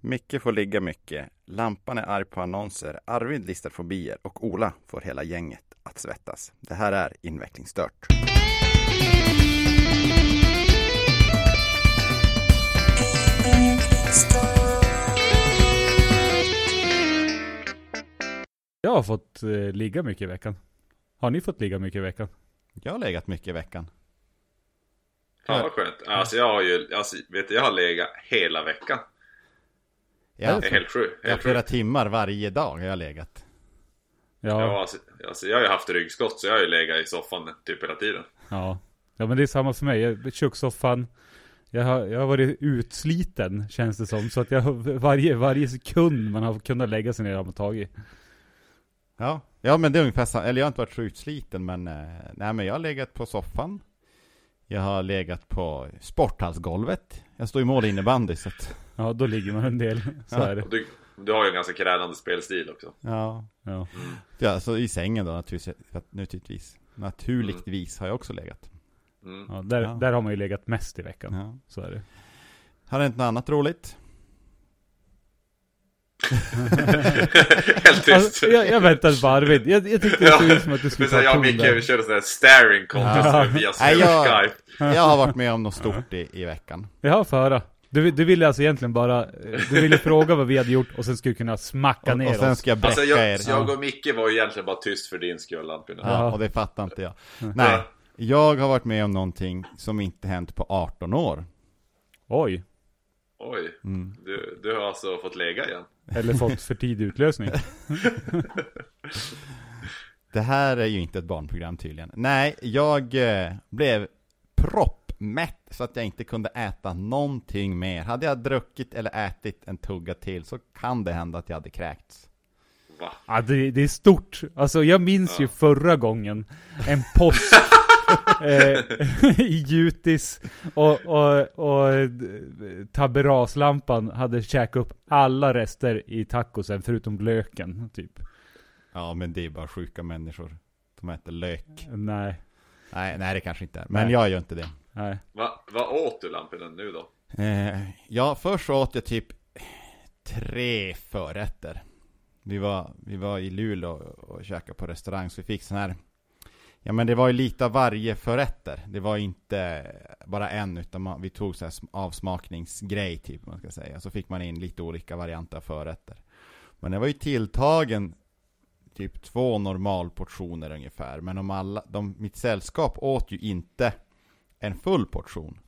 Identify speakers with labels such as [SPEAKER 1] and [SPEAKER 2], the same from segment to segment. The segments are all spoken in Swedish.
[SPEAKER 1] Micke får ligga mycket, Lampan är arg på annonser, Arvid listar fobier och Ola får hela gänget att svettas. Det här är Invecklingsstört.
[SPEAKER 2] Jag har fått eh, ligga mycket i veckan. Har ni fått ligga mycket i veckan?
[SPEAKER 1] Jag har legat mycket i veckan.
[SPEAKER 3] Ja, vad skönt. Alltså jag har ju, alltså, vet du, jag har legat hela veckan.
[SPEAKER 1] Jag har,
[SPEAKER 3] Det är helt sjukt.
[SPEAKER 1] jag har
[SPEAKER 3] Helt sjukt.
[SPEAKER 1] flera timmar varje dag har jag legat.
[SPEAKER 3] Ja,
[SPEAKER 2] Ja.
[SPEAKER 3] alltså, alltså, jag har ju haft ryggskott så jag har ju legat i soffan typ hela tiden.
[SPEAKER 2] Ja, ja men det är samma för mig. Jag- Kökssoffan. Jag har, jag har varit utsliten känns det som. Så att jag, har- varje, varje sekund man har kunnat lägga sig ner har man tagit.
[SPEAKER 1] Ja, ja men det är ungefär samma. Eller jag har inte varit så utsliten men eh, Nej men jag har legat på soffan Jag har legat på sporthallsgolvet Jag står i mål i innebandy så att,
[SPEAKER 2] Ja, då ligger man en del. Så
[SPEAKER 1] Ja.
[SPEAKER 2] är det.
[SPEAKER 3] Och du, du har ju en ganska kränande spelstil också.
[SPEAKER 1] ja.
[SPEAKER 2] Ja.
[SPEAKER 1] ja så i sängen då naturligtvis för att- Naturligtvis Naturligtvis har jag också legat
[SPEAKER 3] Mm.
[SPEAKER 2] Ja, där,
[SPEAKER 1] Ja.
[SPEAKER 2] där har man ju legat mest i veckan.
[SPEAKER 1] ja.
[SPEAKER 2] Så är det.
[SPEAKER 1] Har det hänt något annat roligt?
[SPEAKER 3] helt tyst.
[SPEAKER 2] Alltså, jag, jag väntade på Arvid. Jag, jag tyckte det såg ut som att du
[SPEAKER 3] Men
[SPEAKER 2] skulle
[SPEAKER 3] sen
[SPEAKER 2] ta
[SPEAKER 3] jag och
[SPEAKER 2] ton
[SPEAKER 3] Micke
[SPEAKER 2] där.
[SPEAKER 3] vi körde sån här staring contest
[SPEAKER 2] Ja.
[SPEAKER 3] via
[SPEAKER 1] Nej, jag-
[SPEAKER 3] Skype.
[SPEAKER 1] Jag har varit med om något stort i, i veckan
[SPEAKER 2] Jag har för höra. Du, du ville alltså egentligen bara, eh, du ville fråga vad vi hade gjort och sen skulle du kunna smacka
[SPEAKER 1] Och,
[SPEAKER 2] ner
[SPEAKER 1] och sen
[SPEAKER 2] oss.
[SPEAKER 1] ska jag bräcka
[SPEAKER 3] Alltså jag,
[SPEAKER 1] er
[SPEAKER 3] jag och Micke var ju egentligen bara tyst för din skull Antingen.
[SPEAKER 1] Ja,
[SPEAKER 2] Ja.
[SPEAKER 1] och det fattar inte jag. Nej, jag har varit med om någonting som inte hänt på 18 år.
[SPEAKER 2] Oj,
[SPEAKER 3] Oj,
[SPEAKER 2] Mm.
[SPEAKER 3] du, du har alltså fått lägga igen.
[SPEAKER 2] eller fått för tidig utlösning.
[SPEAKER 1] Det här är ju inte ett barnprogram tydligen. Nej, jag eh, blev proppmätt så att jag inte kunde äta någonting mer. Hade jag druckit eller ätit en tugga till så kan det hända att jag hade kräkts.
[SPEAKER 3] Va?
[SPEAKER 2] Ja, det, det är stort. Alltså jag minns ju förra gången en påsk eh, i Jutis och, och, och eh, taberaslampan hade käkat upp alla rester i tacosen förutom löken typ.
[SPEAKER 1] Ja, men det är bara sjuka människor. De äter lök.
[SPEAKER 2] Nej,
[SPEAKER 1] Nej, nej det kanske inte är. Men
[SPEAKER 2] Nej.
[SPEAKER 1] jag gör inte det.
[SPEAKER 2] nej.
[SPEAKER 3] Va? Vad åt du Lampinen nu då?
[SPEAKER 1] Eh, ja, först så åt jag typ tre förrätter. Vi var, vi var i Luleå och käkade på restaurang, så vi fick sån här Ja men det var ju lite av varje förrätter. Det var inte bara en, utan man, vi tog så här sm- avsmakningsgrej typ, man ska säga. Så fick man in lite olika varianter av förrätter. Men det var ju tilltagen typ två normalportioner ungefär. Men om alla, de, mitt sällskap åt ju inte en full portion.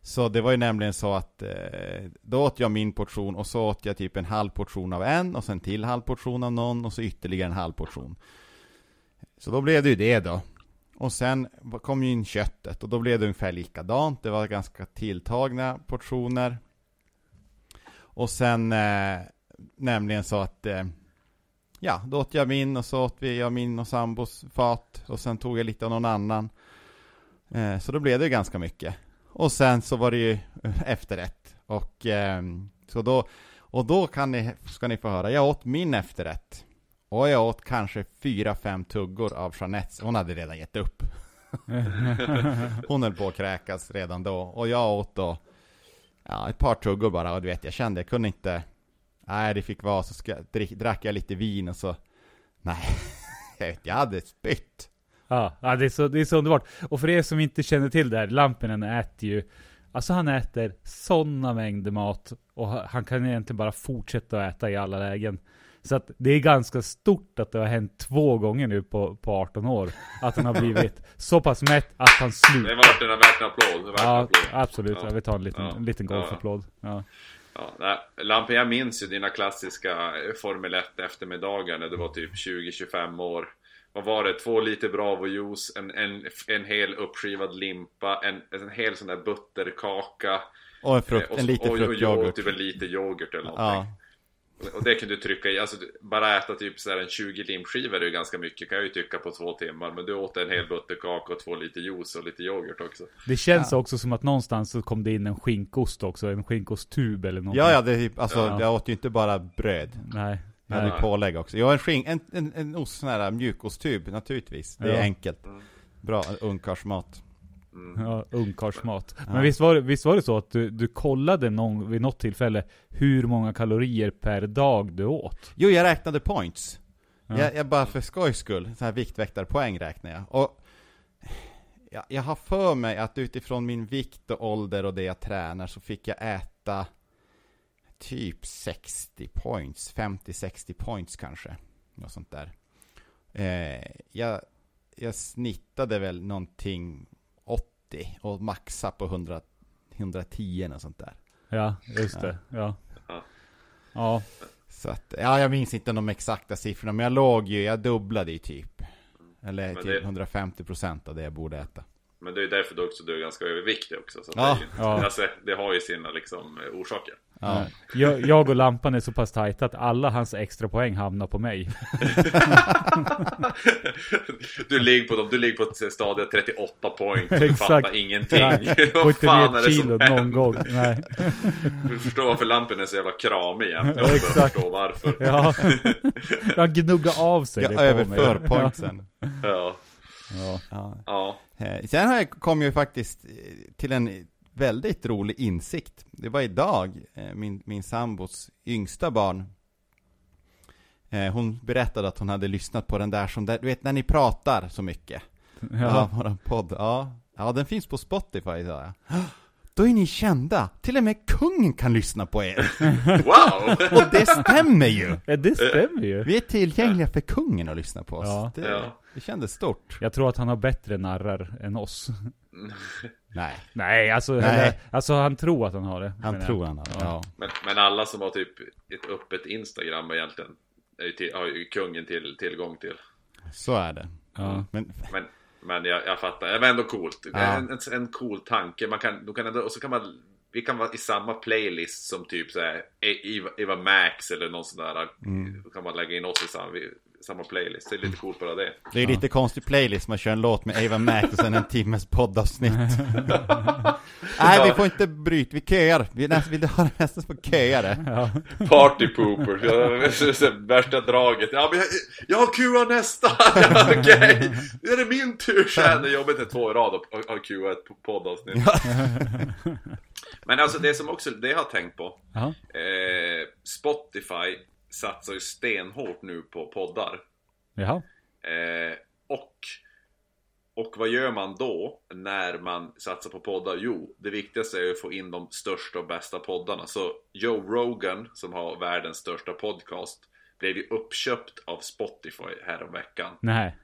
[SPEAKER 1] Så det var ju nämligen så att eh, då åt jag min portion och så åt jag typ en halv portion av en och sen till halv portion av någon och så ytterligare en halv portion. Så då blev det ju det då. Och sen kom ju in köttet och då blev det ungefär likadant. Det var ganska tilltagna portioner. Och sen eh, nämligen så att eh, ja, då åt jag min och så åt vi jag min och sambos fat och sen tog jag lite av någon annan. Eh, så då blev det ju ganska mycket. Och sen så var det ju eh, efterrätt. Och, ehm, så då, och då kan ni, ska ni få höra, jag åt min efterrätt. Och jag åt kanske fyra fem tuggor av Jeanettes. Hon hade redan gett upp. Hon höll på att kräkas redan då. Och jag åt då ja, ett par tuggor bara. Och du vet, jag kände, jag kunde inte. Nej, det fick vara. Så ska, drick, drack jag lite vin och så. Nej, jag, vet, jag hade spytt.
[SPEAKER 2] Ja, ja det, är så, det är så underbart. Och för er som inte känner till det här, Lampinen äter ju, alltså han äter sådana mängder mat och ha- han kan egentligen bara fortsätta att äta i alla lägen. Så att det är ganska stort att det har hänt två gånger nu på, på 18 år. Att han har blivit så pass mätt att han
[SPEAKER 3] Det
[SPEAKER 2] slutar.
[SPEAKER 3] var den är värt en applåd. Det är värt en
[SPEAKER 2] Ja,
[SPEAKER 3] applåd.
[SPEAKER 2] absolut.
[SPEAKER 3] Ja.
[SPEAKER 2] Jag vill ta en liten,
[SPEAKER 3] Ja.
[SPEAKER 2] en liten
[SPEAKER 3] Ja.
[SPEAKER 2] golfapplåd. Ja.
[SPEAKER 3] Ja, nej, Lampen, jag minns ju dina klassiska eh, Formel 1 eftermiddagar när du var typ 20-25 år. Vad var det? Två liter Bravo-juice, en, en, en hel uppskivad limpa, en, en hel sån där butterkaka.
[SPEAKER 1] Och en, frukt,
[SPEAKER 3] eh, och
[SPEAKER 1] en
[SPEAKER 3] så-
[SPEAKER 1] liten
[SPEAKER 3] och- och
[SPEAKER 1] fruktyoghurt.
[SPEAKER 3] typ en lite yoghurt eller
[SPEAKER 1] Ja,
[SPEAKER 3] någonting. Och det kunde du trycka i. Alltså, du- bara äta typ så här en 20 limskivor är ju ganska mycket kan jag ju tycka på två timmar. Men du åt en hel butterkaka och två liter juice och lite yoghurt också.
[SPEAKER 2] Det känns också som att någonstans så kom det in en skinkost också. En skinkosttub eller någonting.
[SPEAKER 1] ja, ja, det är typ, alltså,
[SPEAKER 2] Ja.
[SPEAKER 1] jag åt ju inte bara bröd.
[SPEAKER 2] Nej.
[SPEAKER 1] Jag hade
[SPEAKER 2] Nej.
[SPEAKER 1] ju pålägg också. Jag har en, sking, en, en, en ost, sån här mjukosttub naturligtvis. Det är
[SPEAKER 2] Ja.
[SPEAKER 1] enkelt. Bra ungkarlsmat.
[SPEAKER 2] Ja, ungkarlsmat. Men visst, var det, visst var det så att du, du kollade någon, vid något tillfälle hur många kalorier per dag du åt?
[SPEAKER 1] Jo, jag räknade points.
[SPEAKER 2] Ja.
[SPEAKER 1] Jag, jag bara för skojs skull, så här viktväktarpoäng räknar jag. Och jag, jag har för mig att utifrån min vikt och ålder och det jag tränar så fick jag äta typ 60 points, 50-60 points kanske. Något sånt där. Eh, jag, jag snittade väl någonting 80 och maxa på 100, 110 och sånt där.
[SPEAKER 2] Ja, just det. Ja.
[SPEAKER 3] Ja.
[SPEAKER 2] Ja,
[SPEAKER 1] Så att, ja jag minns inte de exakta siffrorna, men jag låg ju, jag dubblade ju typ. Eller
[SPEAKER 3] Men
[SPEAKER 1] typ
[SPEAKER 3] det-
[SPEAKER 1] 150% av det jag borde äta.
[SPEAKER 3] Men det är ju därför du också du är ganska överviktig också. Så att
[SPEAKER 1] Ja,
[SPEAKER 3] det, är ju-
[SPEAKER 2] ja.
[SPEAKER 3] alltså, det har ju sina liksom, eh, orsaker.
[SPEAKER 1] Ja.
[SPEAKER 2] Jag, jag och Lampan är så pass tajta att alla hans extra poäng hamnar på mig.
[SPEAKER 3] Du ligger på dem, du ligger på ett stadium 38 poäng och du
[SPEAKER 2] Exakt.
[SPEAKER 3] fattar ingenting.
[SPEAKER 2] Nej,
[SPEAKER 3] Vad
[SPEAKER 2] Går inte
[SPEAKER 3] fan
[SPEAKER 2] ner
[SPEAKER 3] är det som
[SPEAKER 2] kilo någon
[SPEAKER 3] händer?
[SPEAKER 2] gång. Nej.
[SPEAKER 3] Du förstår varför lampen är så jävla kramig jämt.
[SPEAKER 2] Ja,
[SPEAKER 3] Jag
[SPEAKER 2] exakt.
[SPEAKER 3] förstår varför. Ja.
[SPEAKER 2] Ja. Han gnuggar av sig
[SPEAKER 1] Jag
[SPEAKER 2] det på
[SPEAKER 1] överför
[SPEAKER 2] mig.
[SPEAKER 1] pointsen.
[SPEAKER 3] Ja.
[SPEAKER 2] Ja.
[SPEAKER 1] Ja.
[SPEAKER 3] ja.
[SPEAKER 1] Eh, Sen har jag, kom jag faktiskt eh, till en väldigt rolig insikt. Det var idag, eh, min, min sambos yngsta barn, eh, hon berättade att hon hade lyssnat på den där som, där, du vet när ni pratar så mycket. Ja,
[SPEAKER 2] Ja.
[SPEAKER 1] våran podd. Ja. ja, den finns på Spotify sa jag. Då är ni kända! Till och med kungen kan lyssna på er!
[SPEAKER 3] Wow!
[SPEAKER 1] Och det stämmer ju!
[SPEAKER 2] Ja, det stämmer ju.
[SPEAKER 3] Eh.
[SPEAKER 1] Vi är tillgängliga för kungen att lyssna på oss.
[SPEAKER 2] Ja.
[SPEAKER 1] Det,
[SPEAKER 3] Ja.
[SPEAKER 1] det kändes stort.
[SPEAKER 2] Jag tror att han har bättre narrar än oss.
[SPEAKER 1] Nej,
[SPEAKER 2] Nej, alltså,
[SPEAKER 1] Nej.
[SPEAKER 2] Eller, alltså han tror att han har det.
[SPEAKER 1] han
[SPEAKER 2] menar
[SPEAKER 1] tror
[SPEAKER 2] jag.
[SPEAKER 1] han har ja.
[SPEAKER 3] Men, men alla som har typ ett öppet Instagram egentligen. Är ju till, har ju kungen till, tillgång till.
[SPEAKER 1] Så är det.
[SPEAKER 2] Ja.
[SPEAKER 1] Men
[SPEAKER 3] Men, men jag, jag fattar, det var ändå coolt. Det
[SPEAKER 1] Ja.
[SPEAKER 3] är En, en, en cool tanke. Man kan, då kan ändå, och så kan man, vi kan vara i samma playlist som typ så här, Eva, Eva Max eller någon sån där. Då kan man lägga in oss i samma, vi- samma playlist. Det är lite coolt bara det.
[SPEAKER 1] det är ju lite konstig playlist, man kör en låt med Ava Max och sen en timmes poddavsnitt. Nej, vi får inte bryta, vi köar. Vi är nästan, vill du höra nästan på köare?
[SPEAKER 3] Party pooper. Ja, så- så- Värsta draget. Ja, men jag, jag har QA nästa. Ja, Okej, nu är det min tur sen. Det är jobbigt att två i rad och och- och QA ett poddavsnitt. Men alltså det som också, det jag har tänkt på.
[SPEAKER 2] Ja.
[SPEAKER 3] Eh, Spotify satsar ju stenhårt nu på poddar.
[SPEAKER 2] Jaha.
[SPEAKER 3] Eh, och, och vad gör man då när man satsar på poddar? Jo, det viktigaste är ju att få in de största och bästa poddarna. Så Joe Rogan, som har världens största podcast, blev ju uppköpt av Spotify häromveckan.
[SPEAKER 2] Nej.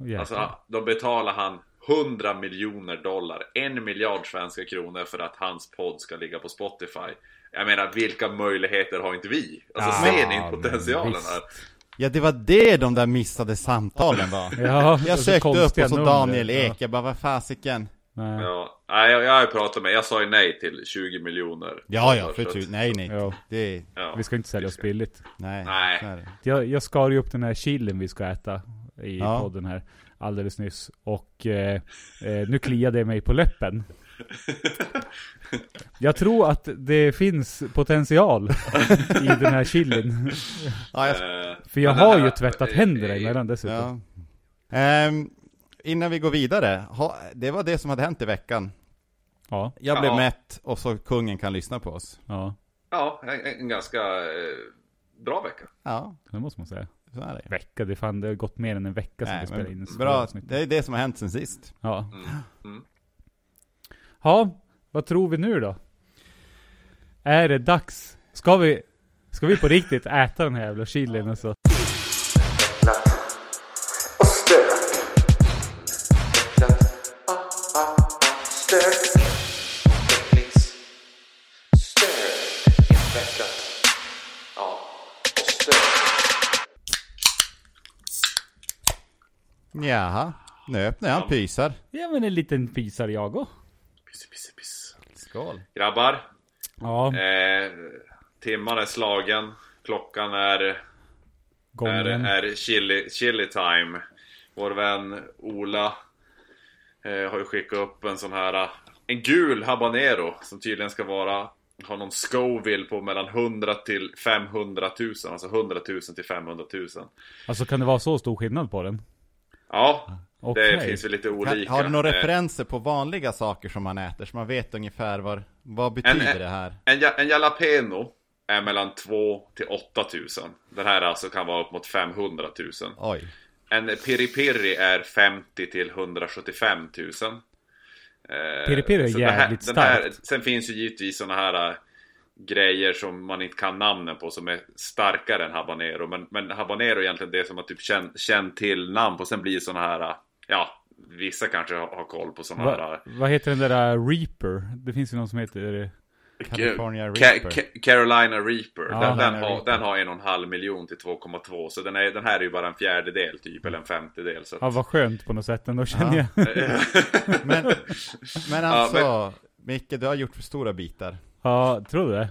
[SPEAKER 2] Jäklar.
[SPEAKER 3] Alltså, de betalar han 100 miljoner dollar, en miljard svenska kronor för att hans podd ska ligga på Spotify. Jag menar, vilka möjligheter har inte vi? Alltså,
[SPEAKER 2] Ja,
[SPEAKER 3] ser ni inte
[SPEAKER 2] men
[SPEAKER 3] potentialen
[SPEAKER 2] visst.
[SPEAKER 3] här?
[SPEAKER 1] Ja, det var det de där missade samtalen var.
[SPEAKER 2] Ja,
[SPEAKER 1] Jag
[SPEAKER 2] så
[SPEAKER 1] sökte upp
[SPEAKER 2] konstiga
[SPEAKER 1] och så
[SPEAKER 2] nummer.
[SPEAKER 1] Daniel Ek,
[SPEAKER 2] Ja.
[SPEAKER 1] jag bara vad fasiken?
[SPEAKER 2] Nej.
[SPEAKER 3] Ja, nej, jag, jag har ju pratat med, jag sa ju nej till 20 miljoner.
[SPEAKER 1] Ja, ja, för
[SPEAKER 3] Så att-
[SPEAKER 1] tu- nej, nej.
[SPEAKER 2] Ja.
[SPEAKER 1] Det,
[SPEAKER 3] Ja.
[SPEAKER 2] Vi ska inte sälja oss billigt.
[SPEAKER 1] nej.
[SPEAKER 3] Nej.
[SPEAKER 1] så är det.
[SPEAKER 2] Jag, jag skar ju upp den här chilin vi ska äta i
[SPEAKER 1] Ja.
[SPEAKER 2] podden här alldeles nyss. Och eh, eh, nu kliade jag mig på läppen. Jag tror att det finns potential i den här chilin.
[SPEAKER 1] Ja, jag,
[SPEAKER 3] Eh,
[SPEAKER 2] För jag
[SPEAKER 3] men den
[SPEAKER 2] har
[SPEAKER 3] här-
[SPEAKER 2] ju tvättat
[SPEAKER 3] eh,
[SPEAKER 2] händerna
[SPEAKER 3] eh,
[SPEAKER 2] emellan dessutom.
[SPEAKER 1] ja. Ehm, innan vi går vidare, ha, det var det som hade hänt i veckan.
[SPEAKER 2] Ja,
[SPEAKER 1] Jag blev
[SPEAKER 3] Ja.
[SPEAKER 1] mätt och så kungen kan lyssna på oss.
[SPEAKER 2] ja,
[SPEAKER 3] Ja, en, en ganska eh, bra vecka.
[SPEAKER 1] Ja,
[SPEAKER 2] det måste man säga.
[SPEAKER 1] så är det ju.
[SPEAKER 2] Vecka, det, är fan, det har gått mer än en vecka sedan
[SPEAKER 1] Nej,
[SPEAKER 2] vi spelade in
[SPEAKER 1] men
[SPEAKER 2] ett
[SPEAKER 1] Bra,
[SPEAKER 2] avsnitt.
[SPEAKER 1] det är det som har hänt sen sist.
[SPEAKER 2] Ja.
[SPEAKER 3] Mm.
[SPEAKER 2] Ja, vad tror vi nu då? Är det dags? Ska vi, ska vi på riktigt äta den här jävla chilin alltså?
[SPEAKER 1] Jaha, nu öppnar jag en pysar.
[SPEAKER 2] Ja men en liten pisar jag också.
[SPEAKER 3] Piss, piss, piss.
[SPEAKER 1] Skål.
[SPEAKER 3] Grabbar,
[SPEAKER 2] Ja,
[SPEAKER 3] eh, timman är slagen, klockan är är,
[SPEAKER 2] gången.
[SPEAKER 3] är chili, chili time. Vår vän Ola eh, har ju skickat upp en sån här eh, en gul habanero som tydligen ska vara ha någon Scoville på mellan 100 till 500 000, alltså 100 000 till 500 000.
[SPEAKER 2] Alltså kan det vara så stor skillnad på den?
[SPEAKER 3] Ja, Det
[SPEAKER 2] Okej.
[SPEAKER 3] finns väl lite
[SPEAKER 1] Kan,
[SPEAKER 3] olika.
[SPEAKER 1] har du några
[SPEAKER 3] Eh,
[SPEAKER 1] referenser på vanliga saker som man äter? Så man vet ungefär vad, vad betyder det här?
[SPEAKER 3] En, ja- en jalapeno är mellan 2 till 8 tusen. Den här alltså kan vara upp mot 500 tusen.
[SPEAKER 1] Oj.
[SPEAKER 3] En piri piri är 50 till 175 tusen. Eh,
[SPEAKER 2] Piri piri är
[SPEAKER 3] så det här-
[SPEAKER 2] jävligt
[SPEAKER 3] den här-
[SPEAKER 2] starkt.
[SPEAKER 3] Sen finns ju givetvis såna här eh, grejer som man inte kan namnen på som är starkare än habanero. Men, men habanero är egentligen det som man typ känner känn till namn på. Sen blir såna här, eh, ja, vissa kanske har, har koll på såna här. eh,
[SPEAKER 2] Va, vad heter den där eh, Reaper? Det finns ju någon som heter...
[SPEAKER 1] California
[SPEAKER 3] Ca-
[SPEAKER 1] Reaper.
[SPEAKER 3] Ca- Carolina Reaper.
[SPEAKER 2] Ja,
[SPEAKER 3] den, den,
[SPEAKER 1] Carolina
[SPEAKER 3] har,
[SPEAKER 1] Reaper.
[SPEAKER 3] den har en och en halv miljon till 2,2. Så den, är, den här är ju bara en fjärdedel typ, eller en femtedel. Så att,
[SPEAKER 2] Mm. Ja, vad skönt på något sätt ändå känner
[SPEAKER 1] Ja.
[SPEAKER 2] jag.
[SPEAKER 1] Men, men
[SPEAKER 3] Ja,
[SPEAKER 1] alltså,
[SPEAKER 3] men-
[SPEAKER 1] Micke, du har gjort för stora bitar.
[SPEAKER 2] Ja, tror du det?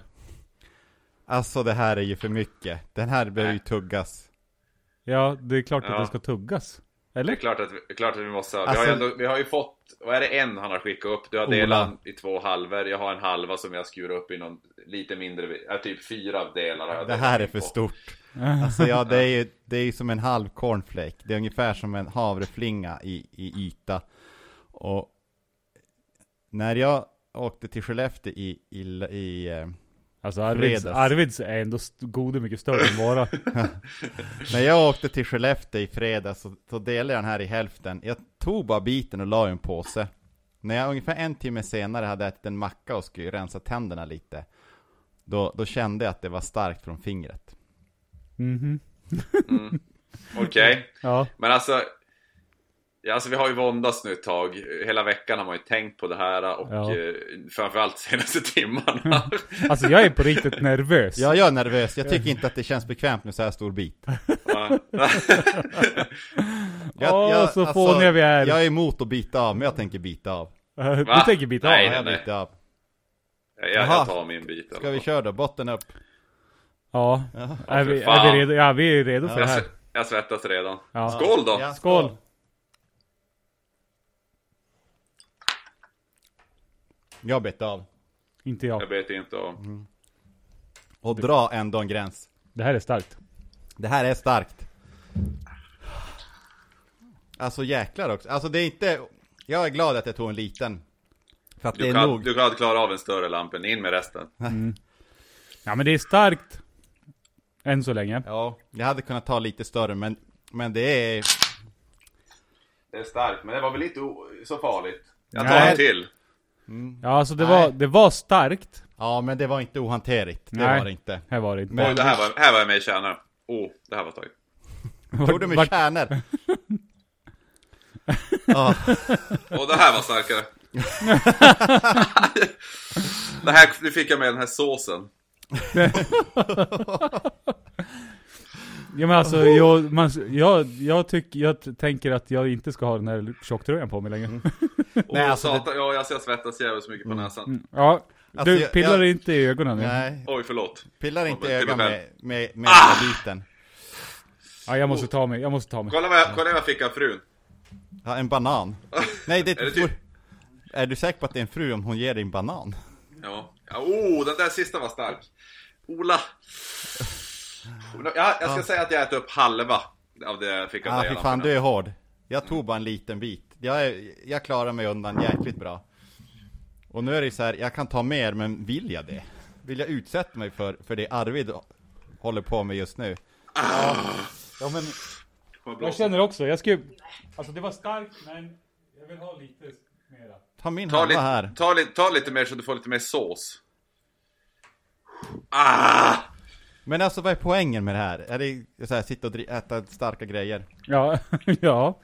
[SPEAKER 1] Alltså det här är ju för mycket. Den här behöver ju tuggas.
[SPEAKER 2] Ja, det är klart
[SPEAKER 3] Ja.
[SPEAKER 2] att det ska tuggas.
[SPEAKER 3] det är
[SPEAKER 2] Eller?
[SPEAKER 3] klart att, vi- klart att vi måste ha.
[SPEAKER 1] Alltså-
[SPEAKER 3] vi, har ju ändå, vi har ju fått, vad är det en han har skickat upp? Du har
[SPEAKER 1] Ola.
[SPEAKER 3] delat i två halvor. Jag har en halva som jag skurit upp i någon lite mindre, ja, typ fyra delar. har jag
[SPEAKER 1] Det
[SPEAKER 3] delat
[SPEAKER 1] här är
[SPEAKER 3] in
[SPEAKER 1] för
[SPEAKER 3] på.
[SPEAKER 1] stort. Alltså ja, det är ju det är ju som en halv cornflake. Det är ungefär som en havreflinga i, i yta. Och när jag åkte till Skellefteå i, i, i eh,
[SPEAKER 2] Alltså Arvids,
[SPEAKER 1] Fredags.
[SPEAKER 2] Arvids är ändå st- gode mycket större än våra.
[SPEAKER 1] När jag åkte till Skellefteå i fredags så, så delade jag den här i hälften. Jag tog bara biten och la i en påse. När jag ungefär en timme senare hade ätit en macka och skulle rensa tänderna lite, då, då kände jag att det var starkt från fingret.
[SPEAKER 2] Mhm.
[SPEAKER 3] Okej,
[SPEAKER 2] Ja.
[SPEAKER 3] men alltså. Ja, alltså vi har ju våndats nu ett tag. Hela veckan har man ju tänkt på det här och
[SPEAKER 2] Ja.
[SPEAKER 3] eh, framförallt senaste timmarna.
[SPEAKER 1] Mm.
[SPEAKER 2] Alltså jag är på riktigt nervös.
[SPEAKER 1] Ja, jag är nervös. Jag tycker inte att det känns bekvämt med så här stor bit.
[SPEAKER 3] Ja.
[SPEAKER 1] Jag,
[SPEAKER 2] Åh,
[SPEAKER 1] jag, alltså,
[SPEAKER 2] så fåniga vi är.
[SPEAKER 1] Jag är emot att bita av, men jag tänker bita av.
[SPEAKER 2] Eh, Du
[SPEAKER 3] Va?
[SPEAKER 2] tänker bita
[SPEAKER 3] Nej,
[SPEAKER 2] av?
[SPEAKER 1] jag
[SPEAKER 3] nej.
[SPEAKER 1] biter av.
[SPEAKER 3] Jag, jag
[SPEAKER 1] Jaha.
[SPEAKER 3] tar min bit. i alla
[SPEAKER 1] Ska vi
[SPEAKER 3] fall.
[SPEAKER 1] köra då? Botten upp.
[SPEAKER 2] Ja. Är, vi,
[SPEAKER 3] fan. Alltså.
[SPEAKER 2] är vi redo? Ja, vi är redo för det
[SPEAKER 3] jag,
[SPEAKER 2] här.
[SPEAKER 3] s- jag svettas redan.
[SPEAKER 2] Ja.
[SPEAKER 3] Skål då!
[SPEAKER 1] Ja,
[SPEAKER 2] Skål!
[SPEAKER 1] Jag bet av.
[SPEAKER 2] Inte jag.
[SPEAKER 3] Jag vet inte om...
[SPEAKER 1] Mm. Och dra ändå en gräns.
[SPEAKER 2] Det här är starkt.
[SPEAKER 1] Det här är starkt. Alltså jäklar också. Alltså det är inte... Jag är glad att jag tog en liten. För att det
[SPEAKER 3] Du
[SPEAKER 1] är
[SPEAKER 3] kan,
[SPEAKER 1] nog...
[SPEAKER 3] du kan klara av en större lampen, in med resten.
[SPEAKER 2] Ja men det är starkt. Än så länge.
[SPEAKER 1] Ja, jag hade kunnat ta lite större men... Men det är...
[SPEAKER 3] Det är starkt, men det var väl inte o- så farligt. Jag tar
[SPEAKER 2] Nej.
[SPEAKER 3] en till.
[SPEAKER 2] Ja alltså det
[SPEAKER 1] Nej.
[SPEAKER 2] var, det var starkt.
[SPEAKER 1] Ja, men det var inte ohanterligt. Det
[SPEAKER 2] Nej.
[SPEAKER 1] var det inte.
[SPEAKER 2] Här var det inte.
[SPEAKER 1] Men-
[SPEAKER 3] Oj, det här var, här var jag med i kärnan. Oh, det här var taget.
[SPEAKER 1] Tog du med
[SPEAKER 2] vart-
[SPEAKER 1] kärnor? ja,
[SPEAKER 3] Och det här var starkare. det här, nu fick jag med den här såsen.
[SPEAKER 2] Ja men alltså jag, man, jag, jag, tyck, jag t- tänker att jag inte ska ha den här tjocktröjan på mig längre.
[SPEAKER 1] Mm.
[SPEAKER 3] Nej,
[SPEAKER 1] alltså det- Mm.
[SPEAKER 3] satan, ja, alltså jag svettas jävligt så mycket på näsan.
[SPEAKER 2] Ja. Du
[SPEAKER 1] Alltså, jag-
[SPEAKER 2] pillar
[SPEAKER 1] jag-
[SPEAKER 2] inte i ögonen nu.
[SPEAKER 1] nej.
[SPEAKER 3] Oj, förlåt.
[SPEAKER 1] Pillar
[SPEAKER 3] Ja,
[SPEAKER 1] inte
[SPEAKER 3] men det
[SPEAKER 1] öga
[SPEAKER 3] var väl-
[SPEAKER 1] med, med, med ah! biten.
[SPEAKER 2] Ja jag måste ta mig, jag måste ta mig.
[SPEAKER 3] Kolla vad jag, kolla vad jag fick av frun.
[SPEAKER 1] Ja, en banan. Nej, det är,
[SPEAKER 3] Är det
[SPEAKER 1] är,
[SPEAKER 3] typ-
[SPEAKER 1] är du säker på att det är en fru om hon ger dig en banan?
[SPEAKER 3] Ja. Ja, Oh, den där sista var stark. Ola. Jag, jag ska säga att jag äter upp halva av det jag fick av
[SPEAKER 1] Ja,
[SPEAKER 3] dig.
[SPEAKER 1] fy
[SPEAKER 3] Allan.
[SPEAKER 1] fan, du är hård. Jag tog bara en liten bit. Jag, är, jag klarar mig undan jäkligt bra. Och nu är det så här, jag kan ta mer, men vill jag det? Vill jag utsätta mig för, för det Arvid håller på med just nu?
[SPEAKER 2] Ja, men,
[SPEAKER 3] Får jag blåsa?
[SPEAKER 2] jag känner också, jag ska ju- Alltså det var starkt men jag vill ha lite mera.
[SPEAKER 1] Ta min
[SPEAKER 3] ta,
[SPEAKER 1] halva
[SPEAKER 3] lite,
[SPEAKER 1] här.
[SPEAKER 3] ta, lite, ta lite mer så du får lite mer sås. Ah!
[SPEAKER 1] Men alltså, vad är poängen med det här? Är det så här, sitta och dri- äta starka grejer?
[SPEAKER 2] Ja, ja.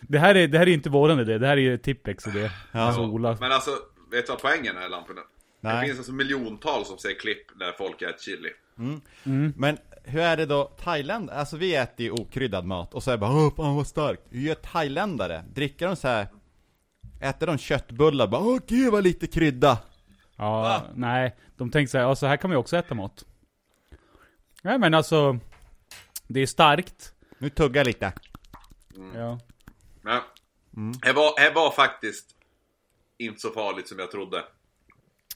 [SPEAKER 2] Det här är, det här är inte våran idé, det här är ju Tippex idé. Alltså Ola.
[SPEAKER 3] Men alltså, vet du vad poängen är lamporna? Det
[SPEAKER 1] Nej.
[SPEAKER 3] finns alltså miljontals som säger klipp där folk äter chili.
[SPEAKER 1] Men hur är det då, Thailand, alltså vi äter ju okryddad mat och så är det bara åh fan vad starkt Hur gör thailändare? Dricker de så här Äter de köttbullar bara åh gud vad lite krydda
[SPEAKER 2] Ja, nej. De tänker såhär, ja så här kan vi också äta mat. Nej men alltså, det är starkt.
[SPEAKER 1] Nu tuggar jag lite Mm.
[SPEAKER 2] Ja.
[SPEAKER 3] Men, det, var, det var faktiskt inte så farligt som jag trodde.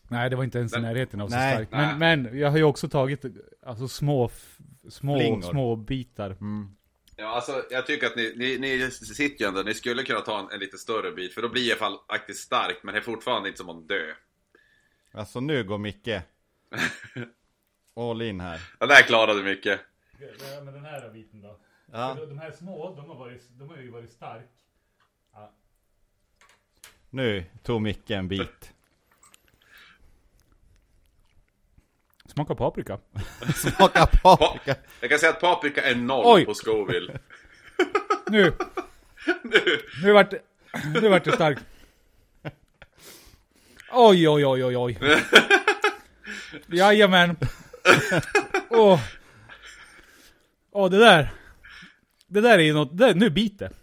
[SPEAKER 2] Nej det var inte ens i närheten av så
[SPEAKER 1] Nej.
[SPEAKER 2] starkt. Men, men jag har ju också tagit alltså små, f- små,
[SPEAKER 1] Flingor. Mm.
[SPEAKER 2] små bitar.
[SPEAKER 3] Ja, Ja, alltså, jag tycker att ni, ni, ni sitter ju ändå, ni skulle kunna ta en, en lite större bit för då blir i alla fall faktiskt starkt men det är fortfarande inte som att dö.
[SPEAKER 1] Alltså nu går Micke all in här.
[SPEAKER 3] Ja, där klarade du mycket.
[SPEAKER 2] Ja, men den här biten då.
[SPEAKER 1] Ja,
[SPEAKER 2] De här små, de har, varit, de har ju varit stark.
[SPEAKER 1] nu tog Micke en bit.
[SPEAKER 2] Smaka paprika.
[SPEAKER 1] Smaka paprika.
[SPEAKER 3] Jag kan säga att paprika är noll
[SPEAKER 2] Oj.
[SPEAKER 3] på Scoville.
[SPEAKER 2] Nu! nu vart det, nu vart det starkt. Oj, oj, oj, oj, oj. Jajamän. Åh. Åh, det där. Det där är ju något, det, nu biter det.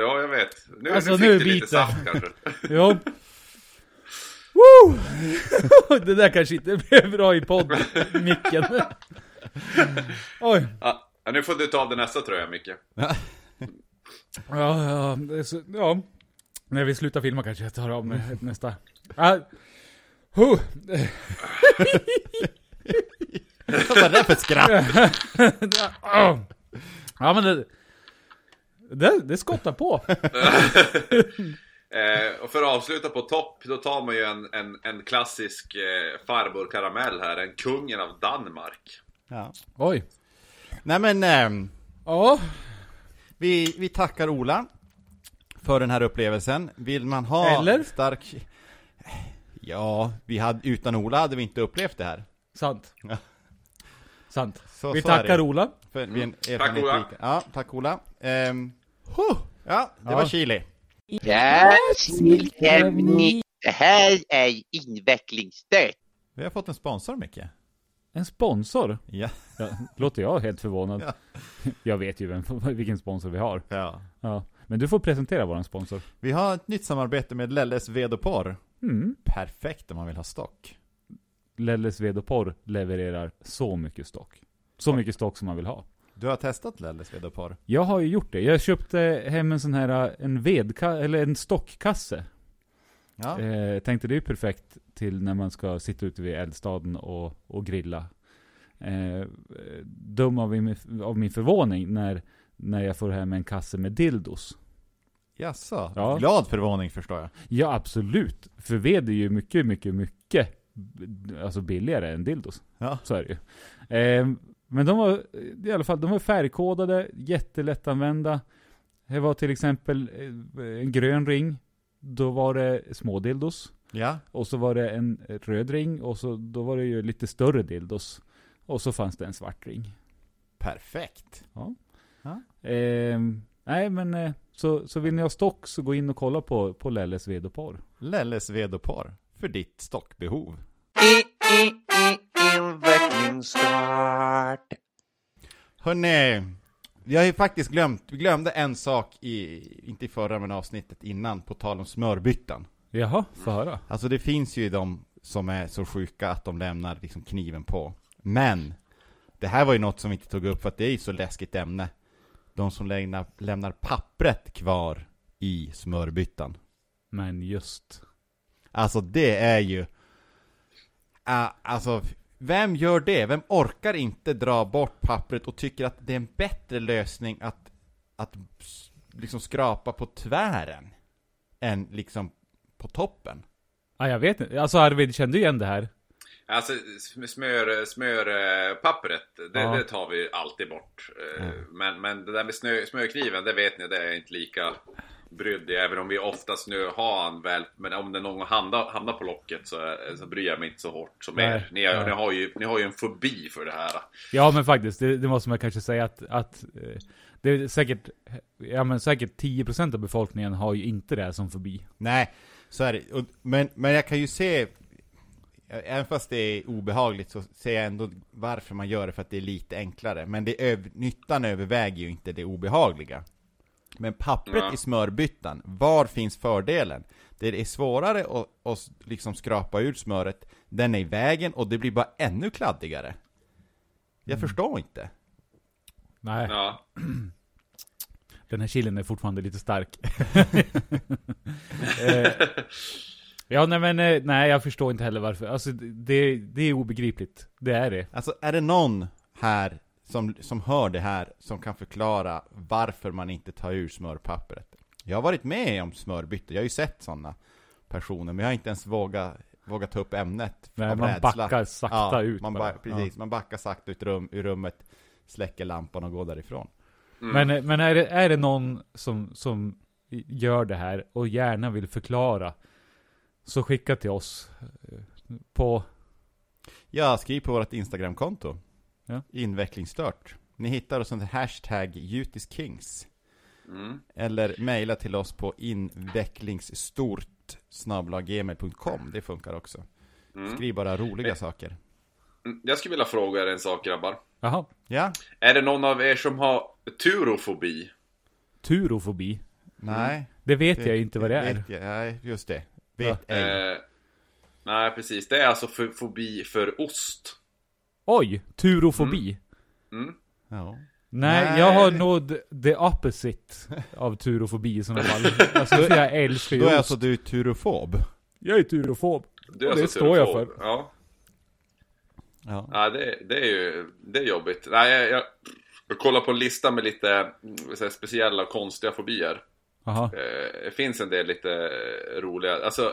[SPEAKER 3] Ja, jag vet. Nu,
[SPEAKER 2] Alltså,
[SPEAKER 3] nu fick
[SPEAKER 2] nu
[SPEAKER 3] du lite
[SPEAKER 2] biter.
[SPEAKER 3] saft kanske.
[SPEAKER 2] Jo. Woo! det där kanske inte blev bra i podd, micken. Oj.
[SPEAKER 3] Ja, nu får du ta av dig nästa tröja, Micke.
[SPEAKER 2] Ja, ja, det är så, ja. När vi slutar filma kanske jag tar av mig
[SPEAKER 1] Mm.
[SPEAKER 2] nästa. Ah. Huh.
[SPEAKER 1] Vad var det för skratt?
[SPEAKER 2] Ah. Ja men det, det, det skottar på.
[SPEAKER 3] Eh, och för att avsluta på topp, då tar man ju en, en, en klassisk eh, farbror karamell här. En kungen av Danmark.
[SPEAKER 1] Ja.
[SPEAKER 2] Oj.
[SPEAKER 1] Nej men, ehm,
[SPEAKER 2] Ja.
[SPEAKER 1] vi, vi tackar Ola för den här upplevelsen. Vill man ha
[SPEAKER 2] Eller?
[SPEAKER 1] stark... Ja, vi hade, utan Ola hade vi inte upplevt det här.
[SPEAKER 2] Sant.
[SPEAKER 1] Ja.
[SPEAKER 2] Sant.
[SPEAKER 1] Så-
[SPEAKER 2] vi
[SPEAKER 1] så är
[SPEAKER 2] tackar
[SPEAKER 1] det.
[SPEAKER 2] Ola.
[SPEAKER 1] För vi är en
[SPEAKER 3] Tack, Ola.
[SPEAKER 1] erfarenhet- Ja, tack Ola. Ehm, huh. Ja, det
[SPEAKER 2] Ja.
[SPEAKER 1] var chili.
[SPEAKER 4] Ja, snilltämning. Det här är invecklingsstört.
[SPEAKER 1] Vi har fått en sponsor Micke.
[SPEAKER 2] En sponsor?
[SPEAKER 1] Ja.
[SPEAKER 2] Ja, låter jag helt förvånad.
[SPEAKER 1] Ja.
[SPEAKER 2] Jag vet ju vem, vilken sponsor vi har.
[SPEAKER 1] ja.
[SPEAKER 2] Ja. Men du får presentera våran sponsor.
[SPEAKER 1] Vi har ett nytt samarbete med Lelles ved och porr.
[SPEAKER 2] Mm.
[SPEAKER 1] Perfekt om man vill ha stock.
[SPEAKER 2] Lelles ved och porr levererar så mycket stock. Så mycket stock som man vill ha.
[SPEAKER 1] Du har testat Lelles ved och porr?
[SPEAKER 2] Jag har ju gjort det. Jag köpte hem en sån här, eh, en vedka eller en stockkasse.
[SPEAKER 1] Ja.
[SPEAKER 2] Eh, tänkte det är ju perfekt till när man ska sitta ute vid eldstaden och, och grilla. Eh, dum av min, av min förvåning när, när jag får hem en kasse med dildos.
[SPEAKER 1] Jaså?
[SPEAKER 2] Ja.
[SPEAKER 1] Glad förvåning förstår jag.
[SPEAKER 2] Ja, absolut. För ved är ju mycket, mycket, mycket b- alltså billigare än dildos.
[SPEAKER 1] Ja.
[SPEAKER 2] Så är det ju. Eh, men de var i alla fall de var färgkodade, jättelättanvända. Det var till exempel eh, en grön ring. Då var det små dildos.
[SPEAKER 1] Ja.
[SPEAKER 2] Och så var det en röd ring och så, då var det ju lite större dildos. Och så fanns det en svart ring.
[SPEAKER 1] Perfekt.
[SPEAKER 2] Eh, nej men, eh, så, så vill ni ha stock så gå in och kolla på, på Lelles ved och porr.
[SPEAKER 1] Lelles ved och porr. För ditt stockbehov.
[SPEAKER 4] I- i- i- Invecklingsstört.
[SPEAKER 1] Hörrni, vi har ju faktiskt glömt, vi glömde en sak i, inte i förra men avsnittet innan, på tal om smörbyttan.
[SPEAKER 2] Jaha, få höra.
[SPEAKER 1] Alltså det finns ju de som är så sjuka att de lämnar liksom kniven på. Men, det här var ju något som vi inte tog upp för att det är ju så läskigt ämne. De som lämnar, lämnar pappret kvar i smörbyttan.
[SPEAKER 2] Men just.
[SPEAKER 1] Alltså det är ju... Ah, alltså, vem gör det? Vem orkar inte dra bort pappret och tycker att det är en bättre lösning att, att s- liksom skrapa på tvären? Än liksom på toppen?
[SPEAKER 2] Ja, jag vet inte. Alltså Arvid, kände du igen det här?
[SPEAKER 3] Alltså sm- smör, smörpappret,
[SPEAKER 2] Ja.
[SPEAKER 3] det,
[SPEAKER 2] Mm.
[SPEAKER 3] det tar vi alltid bort. Eh, Men, men det där med snö, smörkniven, det vet ni, det är jag inte lika brydd i. Även om vi oftast nu har använt, men om det någon gång hamnar, hamnar på locket så, så bryr jag mig inte så hårt som
[SPEAKER 2] Nej,
[SPEAKER 3] er. Ni, har-
[SPEAKER 2] nej.
[SPEAKER 3] ni, har ju, ni har ju en fobi för det här.
[SPEAKER 2] Ja, men faktiskt. Det, det måste man kanske säga att, att eh, det är säkert, ja men säkert 10% av befolkningen har ju inte det här som förbi.
[SPEAKER 1] Nej, så är det. Och- Men, men jag kan ju se, även fast det är obehagligt så ser jag ändå varför man gör det, för att det är lite enklare. Men det öv, nyttan överväger ju inte det obehagliga. Men pappret
[SPEAKER 3] Nej.
[SPEAKER 1] i smörbyttan, var finns fördelen? Det är svårare att, att liksom skrapa ur smöret, den är i vägen och det blir bara ännu kladdigare. Jag förstår inte.
[SPEAKER 2] Nej,
[SPEAKER 3] Ja.
[SPEAKER 2] den här chilin är fortfarande lite stark. eh, ja, nej men eh, nej, jag förstår inte heller varför. Alltså det, det är obegripligt. Det är det.
[SPEAKER 1] Alltså är det någon här som, som hör det här som kan förklara varför man inte tar ur smörpappret. Jag har varit med om smörbyte, jag har ju sett sådana personer, men jag har inte ens vågat, vågat ta upp ämnet
[SPEAKER 2] Nej,
[SPEAKER 1] av
[SPEAKER 2] man
[SPEAKER 1] rädsla.
[SPEAKER 2] backar sakta
[SPEAKER 1] ja,
[SPEAKER 2] ut
[SPEAKER 1] Man
[SPEAKER 2] bara.
[SPEAKER 1] ba- precis, man backar sakta ut rum, ur rummet, släcker lampan och går därifrån.
[SPEAKER 2] Men, men är, det, är det någon som, som gör det här och gärna vill förklara, så skicka till oss eh, på...
[SPEAKER 1] Ja, skriv på vårt Instagramkonto.
[SPEAKER 2] Ja.
[SPEAKER 1] Invecklingsstört. Ni hittar oss under hashtag jutiskings.
[SPEAKER 3] Mm.
[SPEAKER 1] Eller mejla till oss på invecklingsstort snabblaggmail.com. Det funkar också. Skriv bara roliga
[SPEAKER 3] Eh.
[SPEAKER 1] saker.
[SPEAKER 3] Mm, Jag skulle vilja fråga er en sak grabbar.
[SPEAKER 2] Jaha,
[SPEAKER 1] Ja?
[SPEAKER 3] Är det någon av er som har turofobi?
[SPEAKER 2] turofobi.
[SPEAKER 1] Nej.
[SPEAKER 2] Det Mm. vet jag inte vad det är.
[SPEAKER 1] Vet jag, nej, just det. Vet ej.
[SPEAKER 3] Eh, nej, precis. Det är alltså för, fobi för ost.
[SPEAKER 2] Oj, turofobi.
[SPEAKER 1] Ja.
[SPEAKER 2] Nej,
[SPEAKER 1] Mm. Nej.
[SPEAKER 2] jag har nog the opposite av turofobi i sådana fall. Alltså, för jag älskar ju
[SPEAKER 1] Då är
[SPEAKER 2] ost.
[SPEAKER 1] alltså du turofob?
[SPEAKER 2] Jag är turofob.
[SPEAKER 3] Du är
[SPEAKER 2] Och det
[SPEAKER 3] alltså
[SPEAKER 2] står jag
[SPEAKER 3] turofob.
[SPEAKER 2] för.
[SPEAKER 3] Ja,
[SPEAKER 1] Ja.
[SPEAKER 3] nej, det, det är ju det är jobbigt. Nej, jag, jag, jag kollar på en lista med lite mm, så här, speciella och konstiga fobier.
[SPEAKER 2] Jaha.
[SPEAKER 3] Eh, det finns en del lite eh, roliga, alltså,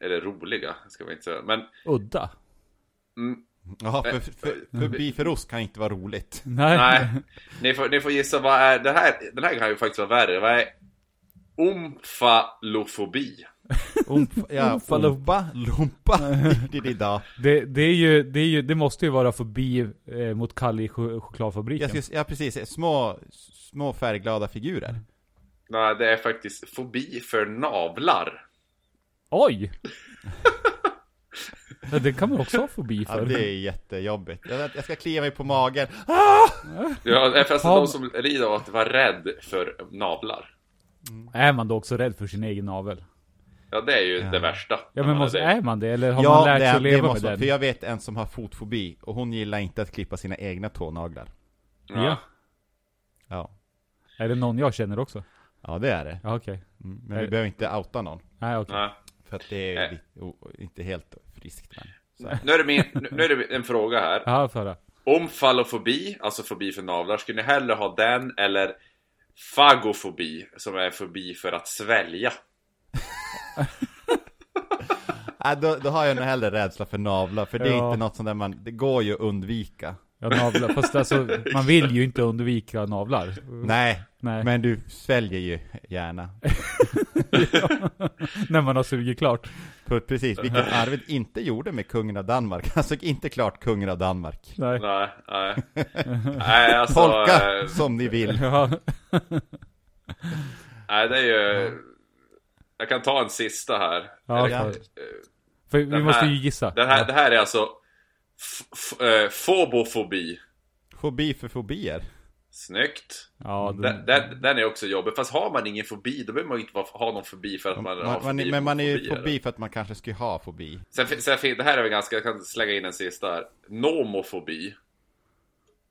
[SPEAKER 3] eller roliga, ska vi inte säga. Men
[SPEAKER 2] Udda.
[SPEAKER 1] Jaha, för, för,
[SPEAKER 3] Eh.
[SPEAKER 1] förbi för oss kan inte vara roligt.
[SPEAKER 2] Nej.
[SPEAKER 3] nej, ni får, ni får gissa vad är, den här, den här kan ju faktiskt vara värre. Vad är omfalofobi?
[SPEAKER 1] Omf- ja, oh.
[SPEAKER 2] Omfa-
[SPEAKER 1] ompa, lumpa, didida.
[SPEAKER 2] Det, det, är ju, det, är ju, det måste ju vara fobi eh, mot Kalle i ch-
[SPEAKER 1] Jag
[SPEAKER 2] chokladfabriken.
[SPEAKER 1] skulle, ja precis, små, små färgglada figurer.
[SPEAKER 2] Mm.
[SPEAKER 3] Nej, det är faktiskt fobi för navlar.
[SPEAKER 2] Oj! ja, det kan man också ha fobi
[SPEAKER 1] Ja,
[SPEAKER 2] för.
[SPEAKER 1] det är jättejobbigt. Jag, jag ska klia mig på magen. Ah!
[SPEAKER 3] Ja, det är fast
[SPEAKER 2] Fan.
[SPEAKER 3] de som lider av att vara rädd för navlar.
[SPEAKER 2] Är man då också rädd för sin egen navel?
[SPEAKER 3] Ja, det är ju det värsta.
[SPEAKER 2] Ja
[SPEAKER 3] när
[SPEAKER 2] men
[SPEAKER 3] man är
[SPEAKER 2] måste,
[SPEAKER 3] det.
[SPEAKER 2] är man det? Eller har man lärt sig att leva med
[SPEAKER 1] måste man-
[SPEAKER 2] den?
[SPEAKER 1] För jag vet en som har fotfobi, och hon gillar inte att klippa sina egna tånaglar.
[SPEAKER 2] ja.
[SPEAKER 1] Ja,
[SPEAKER 2] Är det någon jag känner också?
[SPEAKER 1] ja det är det.
[SPEAKER 2] Ja okej.
[SPEAKER 1] Mm, Men vi behöver inte outa någon.
[SPEAKER 2] Nej okej.
[SPEAKER 3] Nej.
[SPEAKER 1] För att det är
[SPEAKER 3] Nej.
[SPEAKER 1] lite, o- inte helt friskt. Men.
[SPEAKER 3] Nu är det, min, nu- nu är det en fråga här.
[SPEAKER 2] Ja, för det.
[SPEAKER 3] Om fallofobi, alltså fobi för navlar, skulle ni hellre ha den eller fagofobi, som är fobi för att svälja?
[SPEAKER 1] Äh, då, då har jag nog hellre rädsla för navlar, för det är
[SPEAKER 2] Ja.
[SPEAKER 1] inte något som där man, det går ju att undvika.
[SPEAKER 2] Ja, navlar. Fast alltså, man vill ju inte undvika navlar.
[SPEAKER 1] Nej,
[SPEAKER 2] Mm. Nej.
[SPEAKER 1] men du sväljer ju gärna.
[SPEAKER 2] När man har sugit klart.
[SPEAKER 1] På- Precis, vilket Arvid inte gjorde med kungen av Danmark. Han såg inte klart kungen av Danmark.
[SPEAKER 2] Nej.
[SPEAKER 3] Nej, nej. nej alltså,
[SPEAKER 1] Tolka
[SPEAKER 3] eh,
[SPEAKER 1] som ni vill.
[SPEAKER 2] Ja.
[SPEAKER 3] nej det är ju... Jag kan ta en sista här.
[SPEAKER 2] Ja,
[SPEAKER 3] Eller,
[SPEAKER 2] för,
[SPEAKER 3] eh,
[SPEAKER 2] för vi
[SPEAKER 3] Den
[SPEAKER 2] måste
[SPEAKER 3] här-
[SPEAKER 2] ju gissa.
[SPEAKER 3] Den här, det här är alltså f- f- eh, fobofobi.
[SPEAKER 1] Fobi för fobier.
[SPEAKER 3] Snyggt.
[SPEAKER 2] Ja, den,
[SPEAKER 3] Den, den, den är också jobbig. Fast har man ingen fobi, då behöver man ju inte vara- ha någon fobi för att man, har
[SPEAKER 1] Man,
[SPEAKER 3] fobi.
[SPEAKER 1] man, är-
[SPEAKER 3] mot
[SPEAKER 1] men man är ju
[SPEAKER 3] fobier.
[SPEAKER 1] fobi för att man kanske skulle ha fobi.
[SPEAKER 3] Sen, fin- sen, fin- det här är väl ganska, jag kan slänga in en sista här. Nomofobi.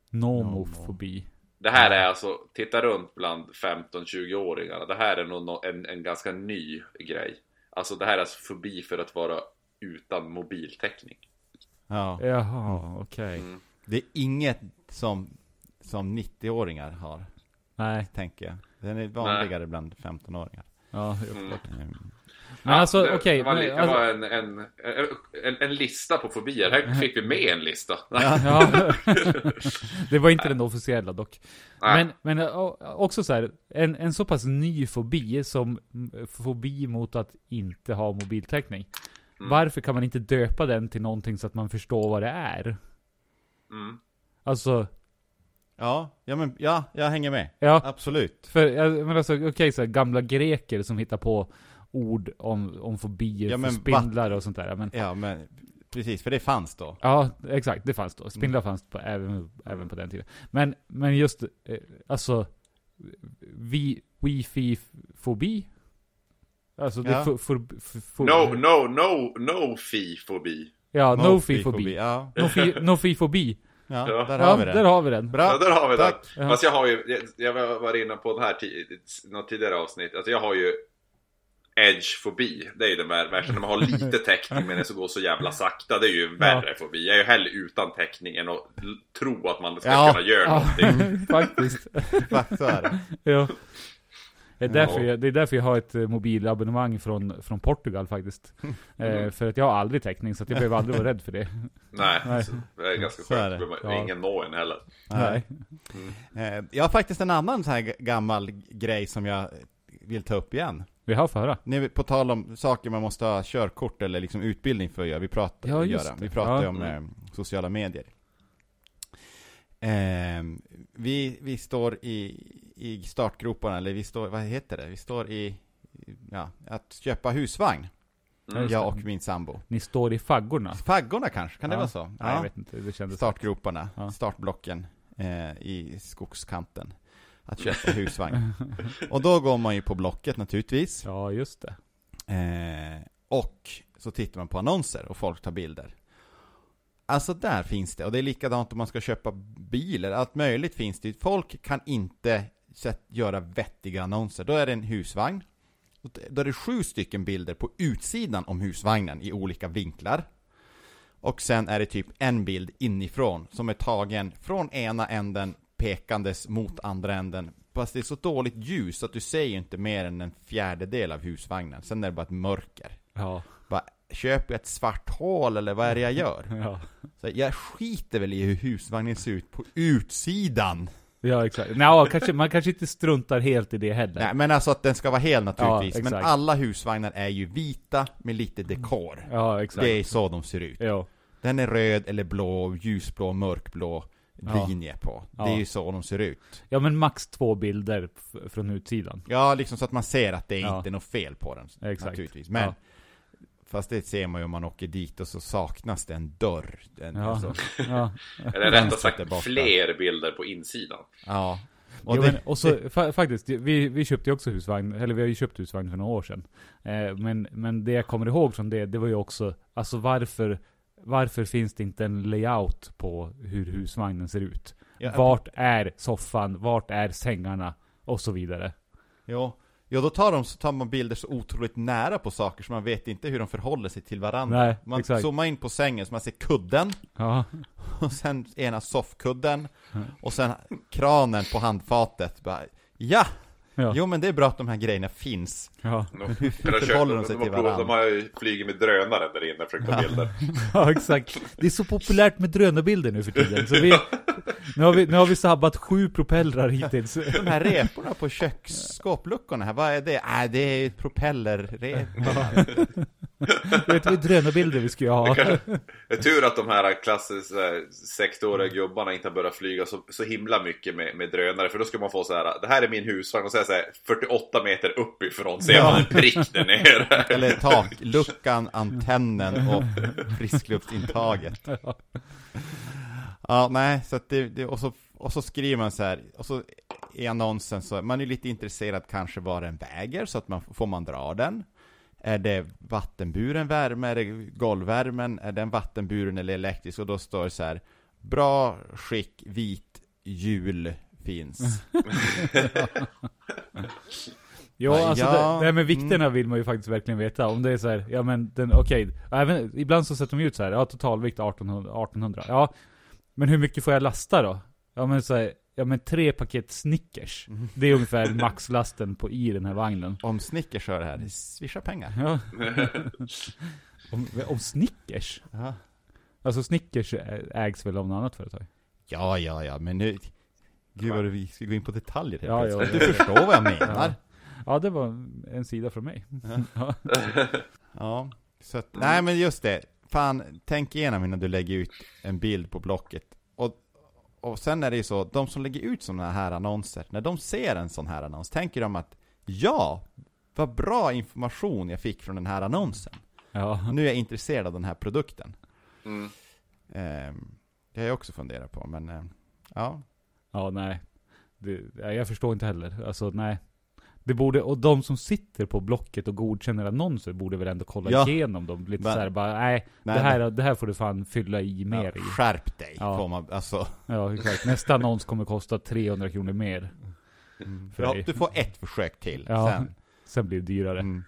[SPEAKER 2] nomofobi.
[SPEAKER 3] Det här
[SPEAKER 2] Mm.
[SPEAKER 3] är alltså, titta runt bland 15-20-åringarna. Det här är nog nå- en, en ganska ny grej. Alltså det här är alltså fobi för att vara utan mobiltäckning.
[SPEAKER 1] Ja.
[SPEAKER 2] Jaha, okej.
[SPEAKER 3] Mm.
[SPEAKER 1] Det är inget som, som 90-åringar har,
[SPEAKER 2] Nej,
[SPEAKER 1] tänker jag. Den är vanligare bland 15-åringar.
[SPEAKER 2] ja, jo.
[SPEAKER 1] Mm.
[SPEAKER 2] Men alltså,
[SPEAKER 3] det-
[SPEAKER 2] okej,
[SPEAKER 3] Det var,
[SPEAKER 2] men
[SPEAKER 3] li- det
[SPEAKER 2] alltså-
[SPEAKER 3] var en, en, en, en, en lista på fobier. Här fick vi med en lista.
[SPEAKER 2] ja. Det var inte den officiella dock.
[SPEAKER 3] Nej.
[SPEAKER 2] Men, men ja, också så här, en, en så pass ny fobi som mm, fobi mot att inte ha mobiltäckning.
[SPEAKER 3] Mm.
[SPEAKER 2] Varför kan man inte döpa den till någonting så att man förstår vad det är?
[SPEAKER 3] Mm.
[SPEAKER 2] Alltså,
[SPEAKER 1] Ja, ja, men, ja, jag hänger med.
[SPEAKER 2] ja,
[SPEAKER 1] Absolut.
[SPEAKER 2] för jag menar alltså, okej så här, gamla greker som hittar på ord om, om fobier
[SPEAKER 1] Ja, men
[SPEAKER 2] för spindlar och sånt där. Men,
[SPEAKER 1] Ja, men precis, för det fanns då.
[SPEAKER 2] Ja, exakt. Det fanns då. Spindlar
[SPEAKER 1] Mm.
[SPEAKER 2] fanns på, även, även på den tiden. Men, men just, eh, alltså, vi, wifi-fobi? Alltså, det
[SPEAKER 1] Ja.
[SPEAKER 2] är for, for, for, for,
[SPEAKER 3] No, no, no, no fi-fobi.
[SPEAKER 2] Ja,
[SPEAKER 1] Mofi-fobi,
[SPEAKER 2] no-fi-fobi.
[SPEAKER 1] Ja,
[SPEAKER 2] No-fi- No-fi-fobi.
[SPEAKER 1] ja,
[SPEAKER 3] Ja.
[SPEAKER 1] där
[SPEAKER 2] ja,
[SPEAKER 1] har vi det.
[SPEAKER 2] där har vi den.
[SPEAKER 1] Bra,
[SPEAKER 3] Ja, där har vi
[SPEAKER 1] tack.
[SPEAKER 3] den. Fast jag har ju, jag, jag var inne på den här ti- något tidigare avsnitt, alltså jag har ju edge-fobi. Det är ju den vär- värsta, när man har lite täckning men det så går så jävla sakta. Det är ju en värre fobi. Jag är ju hellre utan täckning än att l- tro att man ska
[SPEAKER 1] Ja.
[SPEAKER 3] kunna göra
[SPEAKER 2] Ja,
[SPEAKER 3] någonting.
[SPEAKER 2] faktiskt.
[SPEAKER 1] Exakt så är det.
[SPEAKER 2] Ja. Det är, därför
[SPEAKER 3] Ja.
[SPEAKER 2] jag, det är därför jag har ett eh, mobilabonnemang från, från Portugal faktiskt.
[SPEAKER 1] Mm.
[SPEAKER 2] Eh, för att jag har aldrig täckning, så att jag behöver aldrig vara rädd för det.
[SPEAKER 3] Nej,
[SPEAKER 2] Nej.
[SPEAKER 3] Så det är ganska
[SPEAKER 1] Så är
[SPEAKER 3] skönt.
[SPEAKER 1] det.
[SPEAKER 3] Då behöver
[SPEAKER 2] Ja.
[SPEAKER 3] man- Ingen nå en heller.
[SPEAKER 2] Nej.
[SPEAKER 1] Eh, Jag har faktiskt en annan så här g- gammal grej som jag vill ta upp igen.
[SPEAKER 2] Vi har förra.
[SPEAKER 1] Nu på tal om saker man måste ha körkort eller liksom utbildning för att göra. Vi pratar,
[SPEAKER 2] Ja, just
[SPEAKER 1] göra.
[SPEAKER 2] det.
[SPEAKER 1] Vi pratar ju
[SPEAKER 2] Ja.
[SPEAKER 1] om eh, sociala medier. Ehm, vi, vi står i, i startgroparna, eller vi står, vad heter det? Vi står i, i- ja, att köpa husvagn.
[SPEAKER 2] Ja, just
[SPEAKER 1] Jag
[SPEAKER 2] det.
[SPEAKER 1] Mm. och min sambo.
[SPEAKER 2] Ni står i faggorna.
[SPEAKER 1] Faggorna kanske, kan det
[SPEAKER 2] Ja.
[SPEAKER 1] vara så?
[SPEAKER 2] Nej, jag vet inte. Det kändes...
[SPEAKER 1] startgroparna,
[SPEAKER 2] Ja.
[SPEAKER 1] startblocken eh, i skogskanten. Att köpa husvagn. och då går man ju på Blocket naturligtvis.
[SPEAKER 2] Ja, just det.
[SPEAKER 1] Eh, och så tittar man på annonser och folk tar bilder. Alltså där finns det, och det är likadant om man ska köpa biler, allt möjligt finns det. Folk kan inte sätt, göra vettiga annonser. Då är det en husvagn. Och det- Då är det sju stycken bilder på utsidan om husvagnen i olika vinklar. Och sen är det typ en bild inifrån som är tagen från ena änden pekandes mot andra änden. Fast det är så dåligt ljus att du ser ju inte mer än en fjärdedel av husvagnen. Sen är det bara ett mörker.
[SPEAKER 2] Ja.
[SPEAKER 1] Bara, köper jag ett svart hål eller vad är det jag gör?
[SPEAKER 2] Ja,
[SPEAKER 1] Så jag skiter väl i hur husvagnen ser ut på utsidan.
[SPEAKER 2] ja exakt. Nå, kanske, man kanske inte struntar helt i det heller.
[SPEAKER 1] Nej men alltså att den ska vara hel naturligtvis.
[SPEAKER 2] Ja,
[SPEAKER 1] men
[SPEAKER 2] exakt.
[SPEAKER 1] alla husvagnar är ju vita med lite dekor.
[SPEAKER 2] Ja, exakt.
[SPEAKER 1] det är så de ser ut.
[SPEAKER 2] Ja.
[SPEAKER 1] Den är röd eller blå, ljusblå, mörkblå
[SPEAKER 2] Ja.
[SPEAKER 1] linje på. Det
[SPEAKER 2] Ja.
[SPEAKER 1] är ju så de ser ut.
[SPEAKER 2] ja, men max två bilder f- från utsidan.
[SPEAKER 1] Ja, liksom så att man ser att det
[SPEAKER 2] Ja.
[SPEAKER 1] inte är något fel på den.
[SPEAKER 2] Exakt.
[SPEAKER 1] Naturligtvis. Men,
[SPEAKER 2] Ja.
[SPEAKER 1] fast det ser man ju om man åker dit och så saknas det en dörr. En,
[SPEAKER 2] Ja.
[SPEAKER 1] alltså,
[SPEAKER 2] Ja.
[SPEAKER 3] Eller rättare
[SPEAKER 1] Vänster
[SPEAKER 3] sagt
[SPEAKER 1] tillbaka.
[SPEAKER 3] fler bilder på insidan.
[SPEAKER 1] ja.
[SPEAKER 2] Och,
[SPEAKER 1] Och
[SPEAKER 2] jo,
[SPEAKER 1] det,
[SPEAKER 2] men, och så fa- faktiskt, vi, vi köpte ju också husvagn, eller vi har ju köpt husvagn för några år sedan. Eh, men, men det jag kommer ihåg från det, det var ju också, alltså varför, varför finns det inte en layout på hur husvagnen ser ut?
[SPEAKER 1] Ja,
[SPEAKER 2] vart är soffan? Vart är sängarna? Och så vidare.
[SPEAKER 1] ja, ja, då tar, de, så tar man bilder så otroligt nära på saker så man vet inte hur de förhåller sig till varandra.
[SPEAKER 2] Nej,
[SPEAKER 1] man
[SPEAKER 2] exakt.
[SPEAKER 1] zoomar in på sängen så man ser kudden,
[SPEAKER 2] Ja,
[SPEAKER 1] och sen ena soffkudden, och sen kranen på handfatet. Bara, ja!
[SPEAKER 2] ja,
[SPEAKER 1] Jo men det är bra att de här grejerna finns.
[SPEAKER 2] ja,
[SPEAKER 3] Hur
[SPEAKER 1] förhåller de sig till varandra?
[SPEAKER 3] De har ju flugit med drönare där inne för att ta bilder.
[SPEAKER 2] ja, exakt. Det är så populärt med drönarbilder nu för tiden. Så vi, nu, har vi, nu har vi sabbat sju propellrar hittills.
[SPEAKER 1] De här reporna på köksskåpluckorna här, vad är det? Äh, det är ju propellerrepor.
[SPEAKER 2] Vet du vad drönarbilder vi ska ha?
[SPEAKER 3] Det är tur att de här klassiska sektorer gubbarna inte har börjat flyga så, så himla mycket med, med drönare för då ska man få så här. Det här är min husvagn och så är det så här 48 meter uppifrån ser
[SPEAKER 1] Ja.
[SPEAKER 3] man en prick där nere.
[SPEAKER 1] Eller takluckan, antennen och friskluftintaget. Ja, nej, så att det, det och, så, och så skriver man så här, och så i annonsen så, man är lite intresserad kanske vad den väger, så att man får man dra den. Är det vattenburen värme, är det golvvärmen, är den vattenburen eller elektrisk? Och då står det så här, bra skick, vit, hjul finns.
[SPEAKER 2] Ja, alltså
[SPEAKER 1] Ja,
[SPEAKER 2] Det, det här med vikterna vill man ju faktiskt verkligen veta. Om det är så här, ja men den, okej. Även, ibland så sätter de ju ut så här, ja totalvikt 1800, 1800. Ja, men hur mycket får jag lasta då? Ja men så här, ja men tre paket Snickers. Det är ungefär maxlasten på, i den här vagnen.
[SPEAKER 1] Om Snickers hör det här, swisha pengar.
[SPEAKER 2] Ja. om, om Snickers?
[SPEAKER 1] Ja.
[SPEAKER 2] Alltså Snickers ä- ägs väl av något annat företag?
[SPEAKER 1] Ja, ja, ja, men nu... Gud vad du- vi ska gå in på detaljer helt
[SPEAKER 2] Ja,
[SPEAKER 1] plötsligt.
[SPEAKER 2] ja,
[SPEAKER 1] Du
[SPEAKER 2] ja.
[SPEAKER 1] förstår vad jag menar.
[SPEAKER 2] Ja det var en sida från mig. Ja.
[SPEAKER 1] Ja, så att, nej men just det. Fan, tänk igenom innan du lägger ut en bild på Blocket. Och, och sen är det ju så, de som lägger ut sådana här annonser, när de ser en sån här annons, tänker de att ja, vad bra information jag fick från den här annonsen.
[SPEAKER 2] Ja.
[SPEAKER 1] Nu är jag intresserad av den här produkten.
[SPEAKER 3] Mm.
[SPEAKER 1] Ehm, det har jag också funderat på, men eh, ja.
[SPEAKER 2] Ja, nej. Det, nej, jag förstår inte heller. Alltså, nej. Det borde, och de som sitter på Blocket och godkänner annonser borde väl ändå kolla
[SPEAKER 1] Ja.
[SPEAKER 2] igenom dem. Lite
[SPEAKER 1] Men-
[SPEAKER 2] såhär bara, nej,
[SPEAKER 1] Nej,
[SPEAKER 2] det, här, det här får du fan fylla i
[SPEAKER 1] Ja,
[SPEAKER 2] mer i.
[SPEAKER 1] skärp dig,
[SPEAKER 2] Ja.
[SPEAKER 1] får man, alltså.
[SPEAKER 2] Ja, exakt. Nästa annons kommer kosta 300 kronor mer. För
[SPEAKER 1] Ja,
[SPEAKER 2] dig.
[SPEAKER 1] du får ett försök till,
[SPEAKER 2] Ja.
[SPEAKER 1] sen.
[SPEAKER 2] Sen blir det dyrare.
[SPEAKER 1] Mm.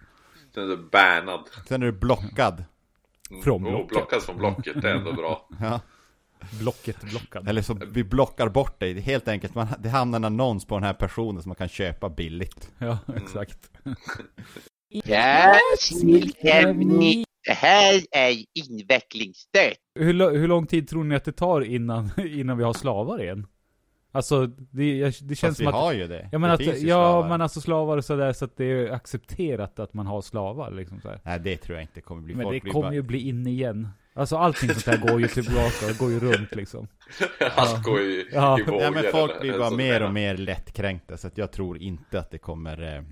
[SPEAKER 3] Den är bannad.
[SPEAKER 1] Sen är du blockad.
[SPEAKER 3] Mm.
[SPEAKER 2] Från Blocket.
[SPEAKER 3] blockad från blocket, det är ändå bra.
[SPEAKER 1] Ja.
[SPEAKER 2] Blocket blockad.
[SPEAKER 1] Eller så vi blockar bort dig. Det är Helt enkelt, man, det hamnar en annons på den här personen som man kan köpa billigt.
[SPEAKER 2] Ja, exakt.
[SPEAKER 4] Jag silkemni. Det här är invecklingsstöt.
[SPEAKER 2] Hur, lo- hur lång tid tror ni att det tar innan, innan vi har slavar igen? Alltså, det, jag, det känns
[SPEAKER 1] Fast vi
[SPEAKER 2] som att...
[SPEAKER 1] har ju det.
[SPEAKER 2] Ja men,
[SPEAKER 1] det
[SPEAKER 2] att,
[SPEAKER 1] finns ju
[SPEAKER 2] ja,
[SPEAKER 1] slavar.
[SPEAKER 2] men alltså slavar och sådär, så att det är accepterat att man har slavar liksom så här.
[SPEAKER 1] Nej, det tror jag inte kommer bli.
[SPEAKER 2] Men
[SPEAKER 1] Folk
[SPEAKER 2] det
[SPEAKER 1] blir
[SPEAKER 2] kommer
[SPEAKER 1] bara-
[SPEAKER 2] ju bli in igen. Alltså allting sånt här går ju tillbaka, det går ju runt liksom.
[SPEAKER 3] Allt går i,
[SPEAKER 2] Ja.
[SPEAKER 3] i vågor.
[SPEAKER 1] Ja, men folk blir
[SPEAKER 3] eller
[SPEAKER 1] bara
[SPEAKER 3] så
[SPEAKER 1] mer
[SPEAKER 3] menar.
[SPEAKER 1] och mer lättkränkta, så att jag tror inte att det kommer... eh,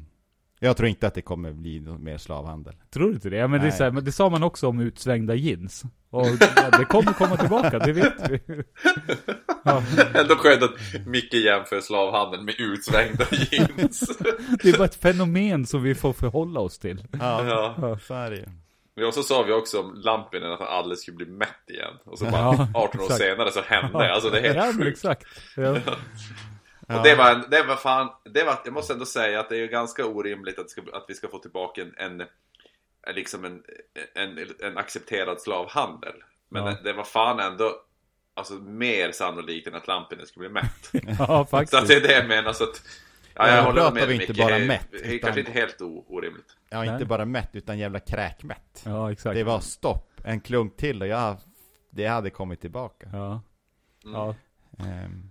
[SPEAKER 1] Jag tror inte att det kommer bli någon mer slavhandel.
[SPEAKER 2] Tror du inte det? Ja, men det, är
[SPEAKER 1] Nej.
[SPEAKER 2] så här, men det sa man också om utsvängda jeans. Och ja, det kommer komma tillbaka, det vet vi. Ja,
[SPEAKER 3] Ändå skönt att Micke jämför slavhandeln med utsvängda jeans.
[SPEAKER 2] det är bara ett fenomen som vi får förhålla oss till.
[SPEAKER 1] Ja,
[SPEAKER 3] ja.
[SPEAKER 1] så är det ju.
[SPEAKER 3] Men så sa vi också om Lampinen att han aldrig skulle bli mätt igen. Och så bara
[SPEAKER 2] Ja,
[SPEAKER 3] 18 år
[SPEAKER 2] exakt.
[SPEAKER 3] senare så hände det. Alltså det är
[SPEAKER 2] ja,
[SPEAKER 3] helt
[SPEAKER 2] men
[SPEAKER 3] sjukt.
[SPEAKER 1] liksom.
[SPEAKER 2] exakt. Ja.
[SPEAKER 3] Och det var, en- det var fan, det var, jag måste ändå säga att det är ju ganska orimligt att, ska, att vi ska få tillbaka en, en liksom en, en, en accepterad slavhandel. Men
[SPEAKER 2] Ja.
[SPEAKER 3] det, det var fan ändå alltså, mer sannolikt än att Lampinen skulle bli mätt.
[SPEAKER 2] ja,
[SPEAKER 3] så att det
[SPEAKER 2] faktiskt.
[SPEAKER 3] är det jag menar. Så att,
[SPEAKER 1] Ja,
[SPEAKER 3] ja, jag
[SPEAKER 1] då
[SPEAKER 3] håller
[SPEAKER 1] pratar
[SPEAKER 3] med
[SPEAKER 1] vi inte
[SPEAKER 3] Micke.
[SPEAKER 1] bara
[SPEAKER 3] Det är-
[SPEAKER 1] mätt,
[SPEAKER 3] det är
[SPEAKER 1] utan-
[SPEAKER 3] Kanske inte helt o, orimligt.
[SPEAKER 1] Ja,
[SPEAKER 2] Nej.
[SPEAKER 1] inte bara mätt, utan jävla kräkmätt.
[SPEAKER 2] Ja, exakt.
[SPEAKER 1] Det var stopp, en klunk till och jag, det hade kommit tillbaka.
[SPEAKER 2] Ja.
[SPEAKER 3] Mm.
[SPEAKER 2] Ja.
[SPEAKER 1] Ehm.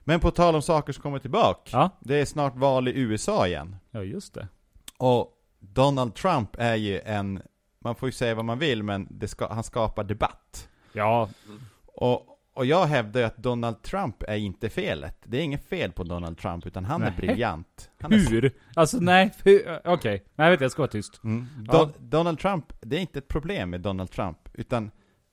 [SPEAKER 1] Men på tal om saker som kommer tillbaka.
[SPEAKER 2] Ja.
[SPEAKER 1] Det är snart val i USA igen.
[SPEAKER 2] ja, just det.
[SPEAKER 1] Och Donald Trump är ju en, man får ju säga vad man vill, men det ska, han skapar debatt.
[SPEAKER 2] Ja,
[SPEAKER 1] Och, och jag hävdar ju att Donald Trump är inte felet. Det är inget fel på Donald Trump, utan han
[SPEAKER 2] Nej.
[SPEAKER 1] är briljant. Han är
[SPEAKER 2] hur? Alltså nej, hur- okej. Nej, vet du, jag ska vara tyst.
[SPEAKER 1] Mm.
[SPEAKER 2] Ja.
[SPEAKER 1] Don- Donald Trump, det är inte ett problem med Donald Trump, utan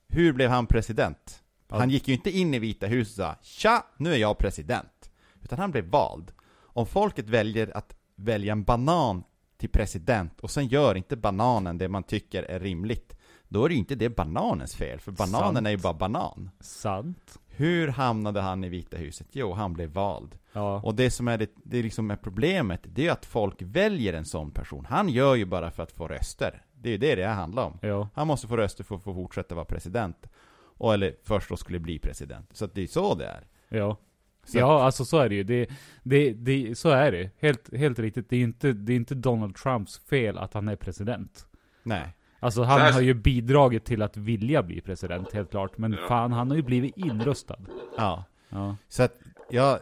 [SPEAKER 1] hur blev han president? Han gick ju inte in i Vita huset och sa ”Tja, nu är jag president”, utan han blev vald. Om folket väljer att välja en banan till president och sen gör inte bananen det man tycker är rimligt, då är det ju inte det bananens fel, för bananen
[SPEAKER 2] Sant.
[SPEAKER 1] är ju bara banan.
[SPEAKER 2] Sant.
[SPEAKER 1] Hur hamnade han i Vita huset? Jo, han blev vald.
[SPEAKER 2] Ja.
[SPEAKER 1] Och det som är, det, det liksom är problemet, det är ju att folk väljer en sån person. Han gör ju bara för att få röster. Det är ju det det handlar om.
[SPEAKER 2] Ja.
[SPEAKER 1] Han måste få röster för att få fortsätta vara president. Och, eller först då skulle bli president. Så att det är så det är.
[SPEAKER 2] Ja.
[SPEAKER 1] Så
[SPEAKER 2] ja, alltså så är det ju. Det, det, det, så är det. Helt, helt riktigt. Det är, inte, det är inte Donald Trumps fel att han är president.
[SPEAKER 1] Nej.
[SPEAKER 2] Alltså han
[SPEAKER 3] Så här-
[SPEAKER 2] har ju bidragit till att vilja bli president, helt klart. Men
[SPEAKER 3] Ja.
[SPEAKER 2] fan, han har ju blivit inröstad.
[SPEAKER 1] Ja.
[SPEAKER 2] Ja.
[SPEAKER 1] Så att jag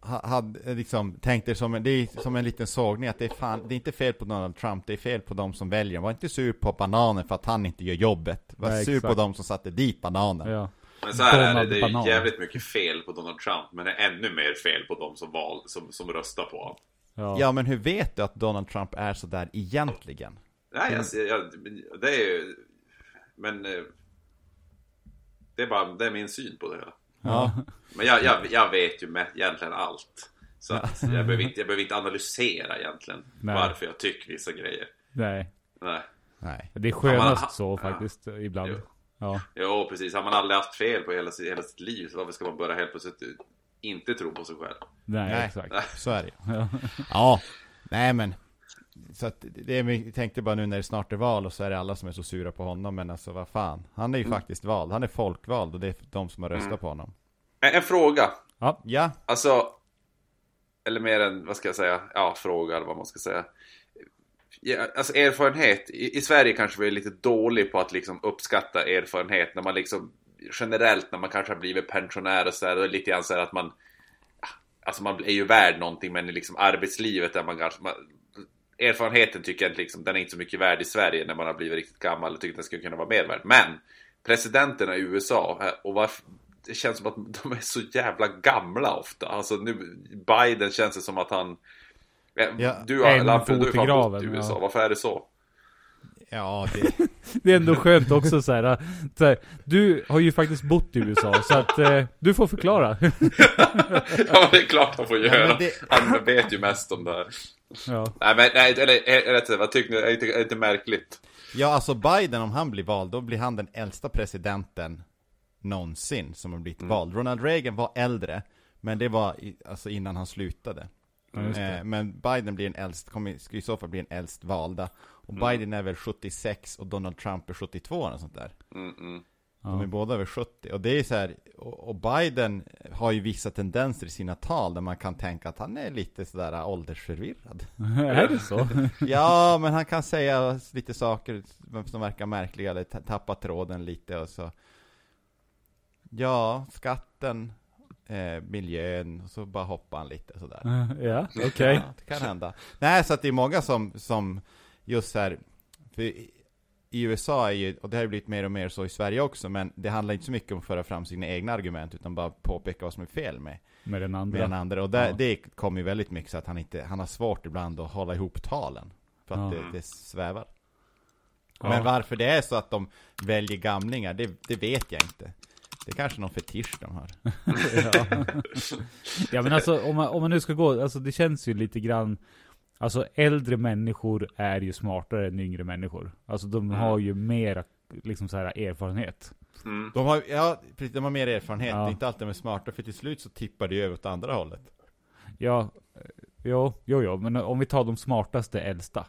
[SPEAKER 1] ha- hade liksom tänkt det som en, det är som en liten sågning att det är, fan, det är inte fel på Donald Trump, det är fel på de som väljer. Var inte sur på bananen för att han inte gör jobbet. Var
[SPEAKER 2] Nej,
[SPEAKER 1] sur
[SPEAKER 2] exakt.
[SPEAKER 1] på de som satte dit bananen.
[SPEAKER 2] ja.
[SPEAKER 3] Men så här är det,
[SPEAKER 2] Donald
[SPEAKER 3] det är
[SPEAKER 2] Banan.
[SPEAKER 3] ju jävligt mycket fel på Donald Trump. Men det är ännu mer fel på de som, val, som, som röstar på honom.
[SPEAKER 2] Ja.
[SPEAKER 1] Ja, men hur vet du att Donald Trump är sådär egentligen?
[SPEAKER 3] Nej, alltså, jag, jag, det är ju... Men... eh, Det är bara det är min syn på det.
[SPEAKER 1] Ja.
[SPEAKER 3] Men jag, jag, jag vet ju med, egentligen allt. Så att jag, behöver inte, jag behöver inte analysera egentligen
[SPEAKER 2] Nej.
[SPEAKER 3] varför jag tycker vissa grejer.
[SPEAKER 2] Nej.
[SPEAKER 3] Nej.
[SPEAKER 1] Nej.
[SPEAKER 2] Det är
[SPEAKER 3] Ja,
[SPEAKER 2] skönast
[SPEAKER 3] men-
[SPEAKER 2] så faktiskt, ibland.
[SPEAKER 3] Jo.
[SPEAKER 2] Ja.
[SPEAKER 3] Jo, precis. Har man aldrig haft fel på hela, sitt- hela sitt liv så varför ska man börja helt plötsligt inte tro på sig själv?
[SPEAKER 2] Nej,
[SPEAKER 1] Nej.
[SPEAKER 2] exakt.
[SPEAKER 1] Så är det ju. Ja. Nej men. Så att det är, vi tänkte bara nu när det snart är val och så är det alla som är så sura på honom. Men alltså vad fan. Han är ju faktiskt vald. Han är folkvald och det är de som har röstat på honom.
[SPEAKER 3] En, en fråga.
[SPEAKER 1] Ja.
[SPEAKER 3] Alltså, eller mer än, vad ska jag säga, ja, fråga eller vad man ska säga. Ja, alltså erfarenhet, i, i Sverige kanske vi är lite dålig på att liksom uppskatta erfarenhet när man liksom generellt när man kanske har blivit pensionär och sådär, lite grann så här att man ja, Alltså man är ju värd någonting men i liksom arbetslivet är man kanske man, Erfarenheten tycker jag inte liksom, den är inte så mycket värd i Sverige när man har blivit riktigt gammal och tycker att den skulle kunna vara mer värd. Men presidenterna i USA eh, och varför det känns som att de är så jävla gamla ofta. Alltså nu, Biden känns det som att han... Eh,
[SPEAKER 1] Ja,
[SPEAKER 3] du har,
[SPEAKER 2] en
[SPEAKER 3] Lampen, du
[SPEAKER 2] fot i
[SPEAKER 3] har fan bott i
[SPEAKER 2] graven,
[SPEAKER 3] USA,
[SPEAKER 2] ja.
[SPEAKER 3] varför är det så?
[SPEAKER 1] Ja, det,
[SPEAKER 2] Det är ändå skönt också så här, så här. Du har ju faktiskt bott i USA, så att eh, du får förklara.
[SPEAKER 3] ja, det är klart han får göra.
[SPEAKER 1] men det-
[SPEAKER 3] Han vet ju mest om det här.
[SPEAKER 2] Ja.
[SPEAKER 3] Nej, men nej, eller eh, rätt sagt, vad tycker ni? Är det inte, är det inte märkligt?
[SPEAKER 1] ja, alltså Biden om han blir vald, då blir han den äldsta presidenten
[SPEAKER 2] Mm.
[SPEAKER 1] någonsin som har blivit vald. Ronald Reagan var äldre, men det var i, alltså innan han slutade.
[SPEAKER 2] Ja, just det.
[SPEAKER 1] Eh, men Biden blir en äldst, kommer, ska i så fall bli en äldst valda. Och
[SPEAKER 3] Mm.
[SPEAKER 1] Biden är väl 76 och Donald Trump är 72 eller sånt där.
[SPEAKER 3] Mm, mm.
[SPEAKER 1] De är
[SPEAKER 2] Ja.
[SPEAKER 1] båda över 70. Och det är så här, och, och Biden har ju vissa tendenser i sina tal där man kan tänka att han är lite sådär äh, åldersförvirrad.
[SPEAKER 2] är det så?
[SPEAKER 1] ja, men han kan säga lite saker som verkar märkliga eller ta- tappa tråden lite och så. Ja, skatten, eh, miljön och så bara hoppar han lite sådär.
[SPEAKER 2] ja, okej.
[SPEAKER 1] Ja, det kan hända. Nej, så att det är många som, som just så här, för i i USA är ju, och det har ju blivit mer och mer så i Sverige också, men det handlar inte så mycket om att föra fram sina egna argument, utan bara påpeka vad som är fel med,
[SPEAKER 2] Med den andra.
[SPEAKER 1] med den andra. Och där,
[SPEAKER 2] Ja.
[SPEAKER 1] det kommer ju väldigt mycket så att han, inte, han har svårt ibland att hålla ihop talen, för att
[SPEAKER 2] Ja.
[SPEAKER 1] det, det svävar.
[SPEAKER 2] Ja.
[SPEAKER 1] Men varför det är så att de väljer gamlingar, det, det vet jag inte. Det är kanske någon fetisch de har.
[SPEAKER 2] Mm. Ja men alltså om man, om man nu ska gå, alltså det känns ju lite grann Alltså äldre människor är ju smartare än yngre människor. Alltså de har ju mer liksom så här erfarenhet.
[SPEAKER 3] Mm.
[SPEAKER 1] De har, ja, precis, de har mer erfarenhet,
[SPEAKER 2] Ja.
[SPEAKER 1] det är inte alltid de är smarta, för till slut så tippar det ju över åt andra hållet.
[SPEAKER 2] Ja, eh, jo, jo, jo, men om vi tar de smartaste äldsta.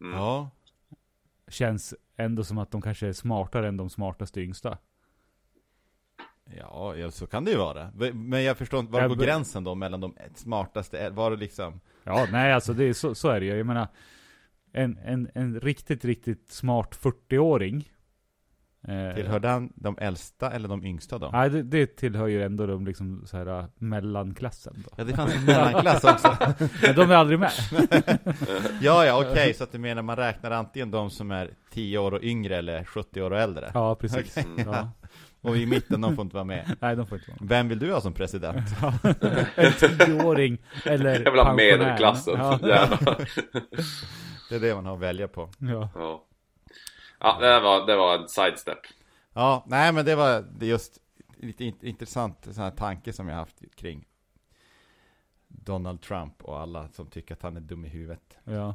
[SPEAKER 3] Mm.
[SPEAKER 1] Ja,
[SPEAKER 2] Känns ändå som att de kanske är smartare än de smartaste yngsta.
[SPEAKER 1] ja, ja, så kan det ju vara. Men jag förstår inte, var
[SPEAKER 2] Jag
[SPEAKER 1] går
[SPEAKER 2] bör-
[SPEAKER 1] gränsen då mellan de smartaste, var det liksom?
[SPEAKER 2] Ja, nej alltså det är, så, så är det ju. Jag menar, en, en, en riktigt, riktigt smart 40-åring. eh,
[SPEAKER 1] Tillhör den de äldsta eller de yngsta då?
[SPEAKER 2] Nej, det, det tillhör ju ändå de liksom så här eh, mellanklassen då.
[SPEAKER 1] Ja, det fanns en mellanklass också.
[SPEAKER 2] Men de är aldrig med.
[SPEAKER 1] Ja, ja, okej, så att du menar man räknar antingen de som är 10 år och yngre eller 70 år och äldre?
[SPEAKER 2] Ja, precis. Ja.
[SPEAKER 1] Och i mitten, de får inte vara med.
[SPEAKER 2] Nej, de får inte vara med.
[SPEAKER 1] Vem vill du ha som president?
[SPEAKER 2] En tioåring eller
[SPEAKER 3] Mm. Jag vill ha
[SPEAKER 2] pensionär.
[SPEAKER 3] medelklassen.
[SPEAKER 2] Ja,
[SPEAKER 3] Gärna.
[SPEAKER 1] Det är det man har att välja på.
[SPEAKER 2] ja.
[SPEAKER 3] Ja. Ja, det var, det var en sidestep.
[SPEAKER 1] Ja, nej men det var det är just lite int- intressant sån här tanke som jag haft kring Donald Trump och alla som tycker att han är dum i huvudet.
[SPEAKER 2] ja.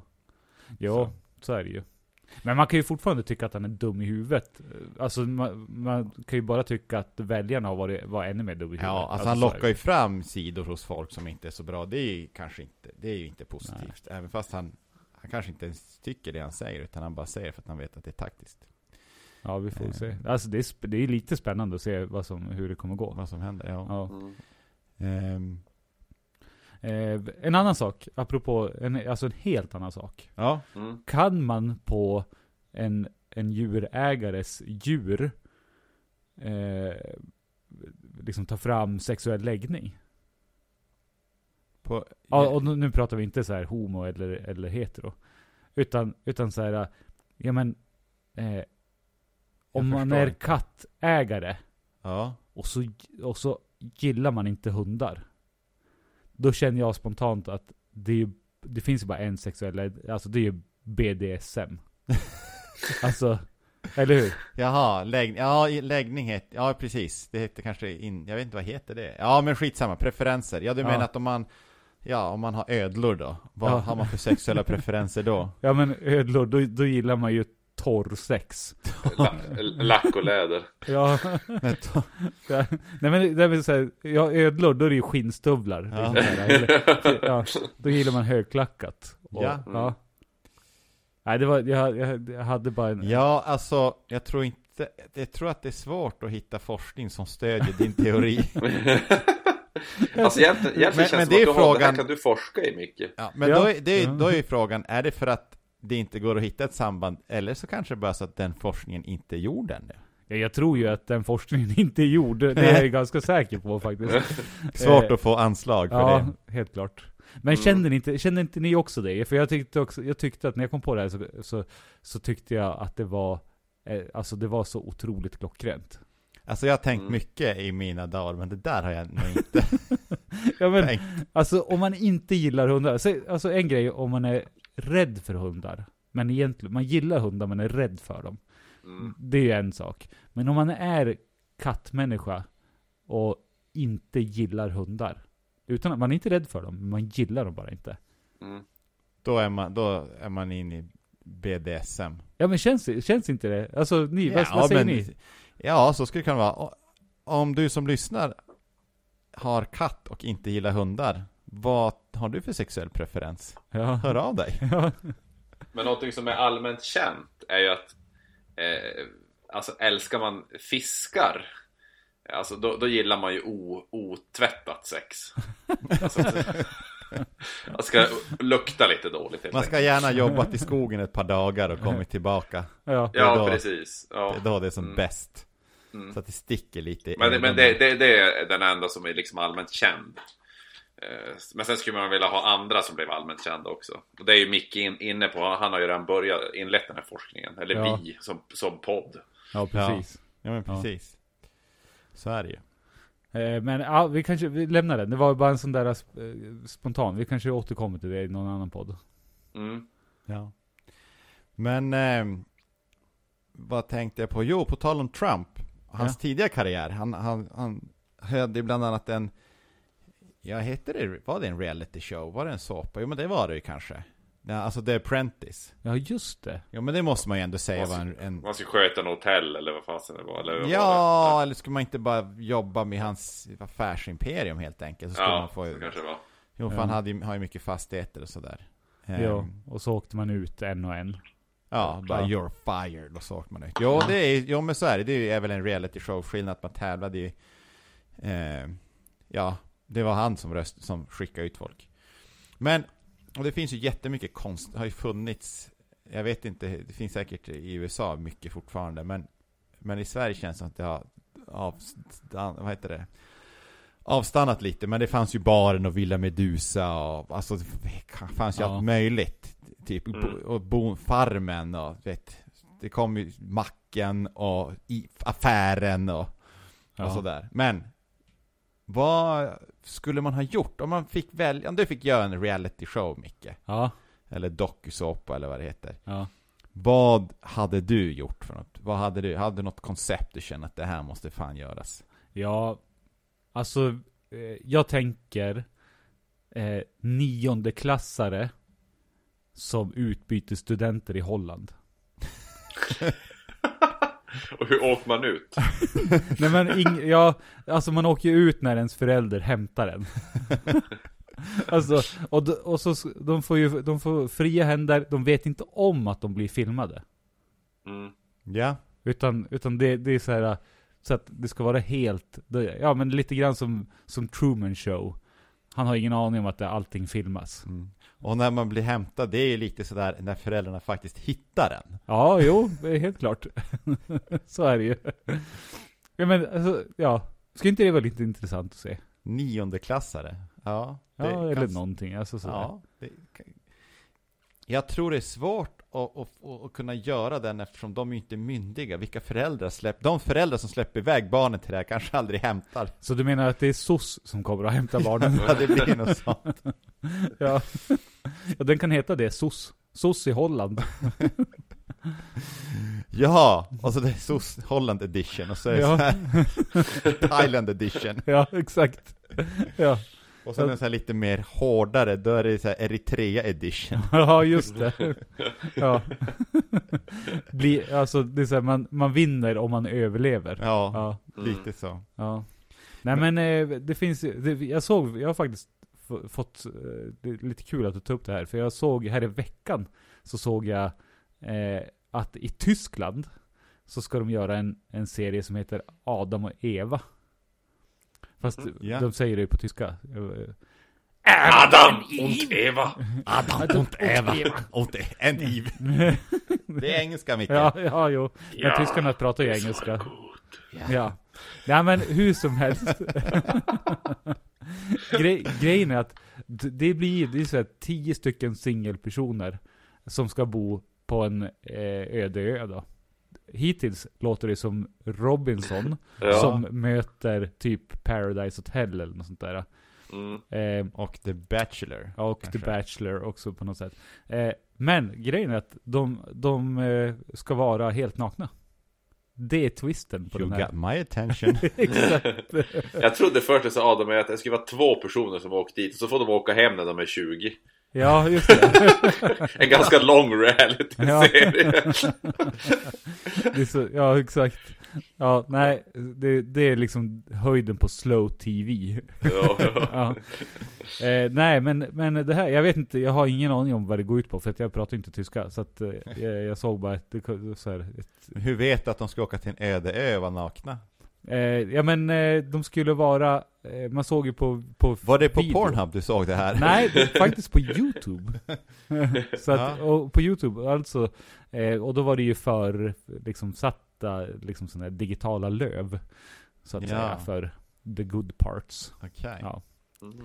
[SPEAKER 2] Jo, så. är det ju. Men man kan ju fortfarande tycka att han är dum i huvudet. Alltså, man, man kan ju bara tycka att väljarna har varit, var ännu mer dum i huvudet.
[SPEAKER 1] Ja, alltså han lockar ju fram sidor hos folk som inte är så bra. Det är ju kanske inte, det är ju inte positivt. Även fast han, han kanske inte ens tycker det han säger, utan han bara säger för att han vet att det är taktiskt.
[SPEAKER 2] Ja, vi får
[SPEAKER 1] Eh.
[SPEAKER 2] se. Alltså, det är, sp- det är lite spännande att se vad som, hur det kommer gå.
[SPEAKER 1] Vad som händer, ja.
[SPEAKER 2] Ja.
[SPEAKER 3] Mm.
[SPEAKER 1] Ehm,
[SPEAKER 2] Eh, en annan sak, apropå, en, alltså en helt annan sak.
[SPEAKER 1] ja.
[SPEAKER 3] Mm.
[SPEAKER 2] kan man på en, en djurägares djur eh, liksom ta fram sexuell läggning?
[SPEAKER 1] På,
[SPEAKER 2] Ja, och nu, nu pratar vi inte så här homo eller, eller hetero. Utan, utan så här, ja men, eh, om man
[SPEAKER 1] förstår
[SPEAKER 2] är
[SPEAKER 1] inte.
[SPEAKER 2] kattägare
[SPEAKER 1] ja.
[SPEAKER 2] och så, och så gillar man inte hundar. Då känner jag spontant att det, är, ju- det finns ju bara en sexuell, alltså det är ju BDSM. alltså, eller hur?
[SPEAKER 1] Jaha, lägg, ja, i- läggning heter, ja precis, det heter kanske in, jag vet inte vad heter det? Ja men skitsamma, preferenser. Ja du
[SPEAKER 2] Ja.
[SPEAKER 1] menar att om man, ja om man har ödlor då, vad
[SPEAKER 2] Ja.
[SPEAKER 1] har man för sexuella preferenser då?
[SPEAKER 2] Ja men ödlor, då, då gillar man ju torr sex.
[SPEAKER 3] La, lack och läder.
[SPEAKER 2] Ja,
[SPEAKER 1] Men to-
[SPEAKER 2] nej men det är så här, ja, ödlor, då är det ju skinnstövlar.
[SPEAKER 1] Ja.
[SPEAKER 2] liksom så här, eller- Ja, då gillar man högklackat. Och,
[SPEAKER 1] Ja.
[SPEAKER 2] ja. Nej det var, jag, jag, jag hade bara en...
[SPEAKER 1] ja alltså, jag tror inte, jag tror att det är svårt att hitta forskning som stödjer din teori.
[SPEAKER 3] Alltså egentligen,
[SPEAKER 1] Men-
[SPEAKER 3] egentligen känns
[SPEAKER 1] men
[SPEAKER 3] det
[SPEAKER 1] det är
[SPEAKER 3] som att du har, det här
[SPEAKER 1] frågan-
[SPEAKER 3] kan du forska i mycket.
[SPEAKER 1] Ja, men
[SPEAKER 2] Ja.
[SPEAKER 1] Då, är, det, är-
[SPEAKER 2] Ja.
[SPEAKER 1] då är ju frågan, är det för att det inte går att hitta ett samband, eller så kanske det bara så att den forskningen inte är gjord ännu?
[SPEAKER 2] Ja, jag tror ju att den forskningen inte är gjord. Det är jag ju ganska säker på faktiskt.
[SPEAKER 1] Svårt
[SPEAKER 2] Eh,
[SPEAKER 1] att få anslag för
[SPEAKER 2] Ja,
[SPEAKER 1] det.
[SPEAKER 2] helt klart. Men känner, ni inte, känner inte ni också det? För jag tyckte, också, jag tyckte att när jag kom på det här så, så, så tyckte jag att det var, eh, alltså det var så otroligt klockrent.
[SPEAKER 1] Alltså jag har tänkt
[SPEAKER 3] Mm.
[SPEAKER 1] mycket i mina dagar, men det där har jag nog inte
[SPEAKER 2] Ja, men,
[SPEAKER 1] tänkt.
[SPEAKER 2] alltså om man inte gillar hundar, så, alltså en grej om man är rädd för hundar, men egentligen, man gillar hundar men är rädd för dem.
[SPEAKER 3] Mm.
[SPEAKER 2] Det är ju en sak. Men om man är kattmänniska och inte gillar hundar. Utan att man är inte rädd för dem, men man gillar dem bara inte.
[SPEAKER 3] Mm.
[SPEAKER 1] Då är man, då är man in i BDSM.
[SPEAKER 2] Ja men känns, känns inte det? Alltså ni, vad, vad säger ni?
[SPEAKER 1] ja, så skulle det kunna vara. O- Om du som lyssnar har katt och inte gillar hundar, Vad har du för sexuell preferens?
[SPEAKER 2] Ja.
[SPEAKER 1] Hör av dig.
[SPEAKER 2] Ja.
[SPEAKER 3] Men någonting som är allmänt känt är ju att eh, Alltså älskar man fiskar Alltså då, då gillar man ju o, otvättat sex alltså, Man ska lukta lite dåligt helt
[SPEAKER 1] Man ska gärna ha jobbat i skogen ett par dagar och kommit tillbaka.
[SPEAKER 2] ja.
[SPEAKER 3] enkelt.
[SPEAKER 1] då-
[SPEAKER 3] Ja precis ja.
[SPEAKER 1] Det är då det är som
[SPEAKER 3] Mm.
[SPEAKER 1] bäst.
[SPEAKER 3] Mm.
[SPEAKER 1] Så att det sticker lite. i
[SPEAKER 3] Men, men
[SPEAKER 1] ögonen.
[SPEAKER 3] det, det, det är den enda som är liksom allmänt känd. Eh, Men sen skulle man vilja ha andra som blev allmänt kända också. Och det är ju Micke in, inne på, han han har ju redan börjat, inlett den här forskningen. Eller
[SPEAKER 2] Ja.
[SPEAKER 3] vi, som, som podd.
[SPEAKER 2] ja, precis.
[SPEAKER 1] Ja men
[SPEAKER 2] Ja.
[SPEAKER 1] precis. Så är det ju.
[SPEAKER 2] Eh, Men ja, vi kanske vi lämnar den. Det var ju bara en sån där eh, spontan. Vi kanske återkommer till det i någon annan podd.
[SPEAKER 3] Mm.
[SPEAKER 1] Ja. Men ehm, vad tänkte jag på? Jo, på tal om Trump. Hans
[SPEAKER 2] Ja.
[SPEAKER 1] tidiga karriär. Han, han, han hade ju bland annat en... Jag heter det, var det en reality show? Var det en såpa? Jo men det var det ju kanske. Ja, alltså The Apprentice.
[SPEAKER 2] Ja, just det.
[SPEAKER 1] Jo men det måste man ju ändå säga
[SPEAKER 3] Vad
[SPEAKER 1] var
[SPEAKER 3] ska-
[SPEAKER 1] en... en
[SPEAKER 3] Man ska sköta en hotell eller vad fasen det var. Eller vad var det?
[SPEAKER 1] ja, eller skulle man inte bara jobba med hans affärsimperium helt enkelt? Så skulle
[SPEAKER 3] ja
[SPEAKER 1] man få...
[SPEAKER 3] så kanske det var.
[SPEAKER 1] Jo, för han
[SPEAKER 2] Ja.
[SPEAKER 1] hade ju, har ju mycket fastigheter och sådär. Ehm,
[SPEAKER 2] Ja, och så åkte man ut en och en.
[SPEAKER 1] Ja, bara
[SPEAKER 2] Ja.
[SPEAKER 1] you're fired och så åker man ut. Jo, det är, jo men så är det. Det är väl en reality show skillnad att man tävlade i... Eh, ja, det var han som, röst, som skickade ut folk. Men, och det finns ju jättemycket konst, har ju funnits, jag vet inte, det finns säkert i USA mycket fortfarande, men, men i Sverige känns det som att det har avstan, vad heter det? avstannat lite, men det fanns ju baren och Villa Medusa och alltså det fanns ju
[SPEAKER 2] Ja.
[SPEAKER 1] allt möjligt. Typ,
[SPEAKER 3] Mm.
[SPEAKER 1] bo- och bo, farmen och vet, det kom ju macken och i, affären och, och
[SPEAKER 2] Ja.
[SPEAKER 1] sådär. Men, vad skulle man ha gjort om man fick välja, om du fick göra en reality show Micke,
[SPEAKER 2] Ja,
[SPEAKER 1] eller dokusåpa eller vad det heter.
[SPEAKER 2] ja.
[SPEAKER 1] Vad hade du gjort för något? Vad hade du, hade du något koncept du känner att det här måste fan göras?
[SPEAKER 2] Ja, alltså eh, jag tänker eh, niondeklassare som utbytesstudenter i Holland.
[SPEAKER 3] Och hur åker man ut?
[SPEAKER 2] Nej men ing, ja, alltså man åker ju ut när ens förälder hämtar en. alltså, och, d- och så, s- de får ju, de får fria händer, de vet inte om att de blir filmade.
[SPEAKER 3] Mm.
[SPEAKER 1] Ja,
[SPEAKER 2] Utan, utan det, det är så här så att det ska vara helt, det- ja men lite grann som, som Truman Show. Han har ingen aning om att det, allting filmas.
[SPEAKER 1] och när man blir hämtad, det är ju lite sådär när föräldrarna faktiskt hittar en.
[SPEAKER 2] Ja, jo, det är helt klart. så är det ju. Ja, men alltså, ja. Skulle inte det vara lite intressant att se?
[SPEAKER 1] Niondeklassare. Ja,
[SPEAKER 2] Ja, eller någonting. Alltså, så
[SPEAKER 1] Ja,
[SPEAKER 2] ja.
[SPEAKER 1] det kan... Jag tror det är svårt att, att, att, att kunna göra den eftersom de är ju inte myndiga. Vilka föräldrar släpper... De föräldrar som släpper iväg barnen till det här kanske aldrig hämtar.
[SPEAKER 2] så du menar att det är SOS som kommer att hämta barnen?
[SPEAKER 1] Ja, det blir något sånt.
[SPEAKER 2] ja. ja, den kan heta det, SOS. SOS i Holland.
[SPEAKER 1] Ja, och så det är SOS Holland edition och så är det
[SPEAKER 2] Ja.
[SPEAKER 1] så här Thailand edition.
[SPEAKER 2] ja, exakt. ja.
[SPEAKER 1] Och sen en så här lite mer hårdare, då är det så här Eritrea edition.
[SPEAKER 2] ja, just det. ja. Bli, alltså, det är så här, man, man vinner om man överlever.
[SPEAKER 1] Ja,
[SPEAKER 2] Ja.
[SPEAKER 1] lite så.
[SPEAKER 2] Ja. Nej men eh, det finns ju- det, jag såg, jag har faktiskt f- fått, eh, det är lite kul att du tog upp det här, för jag såg här i veckan, så såg jag eh, att i Tyskland så ska de göra en, en serie som heter Adam och Eva. Fast
[SPEAKER 1] ja.
[SPEAKER 2] de säger det ju på tyska. Eh,
[SPEAKER 3] Adam och Eva!
[SPEAKER 1] Adam och Eva. Och det, and Eve. Det är engelska, Micke.
[SPEAKER 2] Ja, ja, jo. Men
[SPEAKER 3] Ja,
[SPEAKER 2] tyskarna pratar ju engelska. Ja. Nej men hur som helst. Gre grejen är att d- det blir det är så här tio stycken singelpersoner som ska bo på en eh, öde ö då. Hittills låter det som Robinson
[SPEAKER 3] Ja.
[SPEAKER 2] som möter typ Paradise Hotel eller något sånt där.
[SPEAKER 3] Mm.
[SPEAKER 2] Eh,
[SPEAKER 1] Och The Bachelor.
[SPEAKER 2] Ja, och
[SPEAKER 1] Kanske.
[SPEAKER 2] The Bachelor också på något sätt. Eh, men grejen är att de, de eh, ska vara helt nakna. Det är twisten på
[SPEAKER 1] You
[SPEAKER 2] den här.
[SPEAKER 1] got my attention.
[SPEAKER 2] Exakt.
[SPEAKER 3] Jag trodde först att sa Adam och jag att det skulle vara två personer som åkte dit och så får de åka hem när de är 20.
[SPEAKER 2] Ja, just det.
[SPEAKER 3] En ganska lång reality-serie.
[SPEAKER 2] det är så, ja, exakt. Ja, nej, det, det är liksom höjden på slow tv.
[SPEAKER 3] Ja, ja.
[SPEAKER 2] Ja. Eh, nej, men, men det här, jag vet inte, jag har ingen aning om vad det går ut på, för att jag pratar inte tyska. Så att eh, jag, jag såg bara ett, så här, ett
[SPEAKER 1] Hur vet du att de ska åka till en öde ö och vara nakna?
[SPEAKER 2] eh, ja men eh, de skulle vara, eh, man såg ju på, på
[SPEAKER 1] Var det på
[SPEAKER 2] video.
[SPEAKER 1] Pornhub du såg det här?
[SPEAKER 2] Nej, det är faktiskt på Youtube. så att, och på Youtube, alltså. Eh, och då var det ju för liksom satta, liksom sådana här digitala löv. Så att
[SPEAKER 1] Ja.
[SPEAKER 2] säga, för the good parts.
[SPEAKER 1] Okej.
[SPEAKER 2] Ja.
[SPEAKER 3] Mm.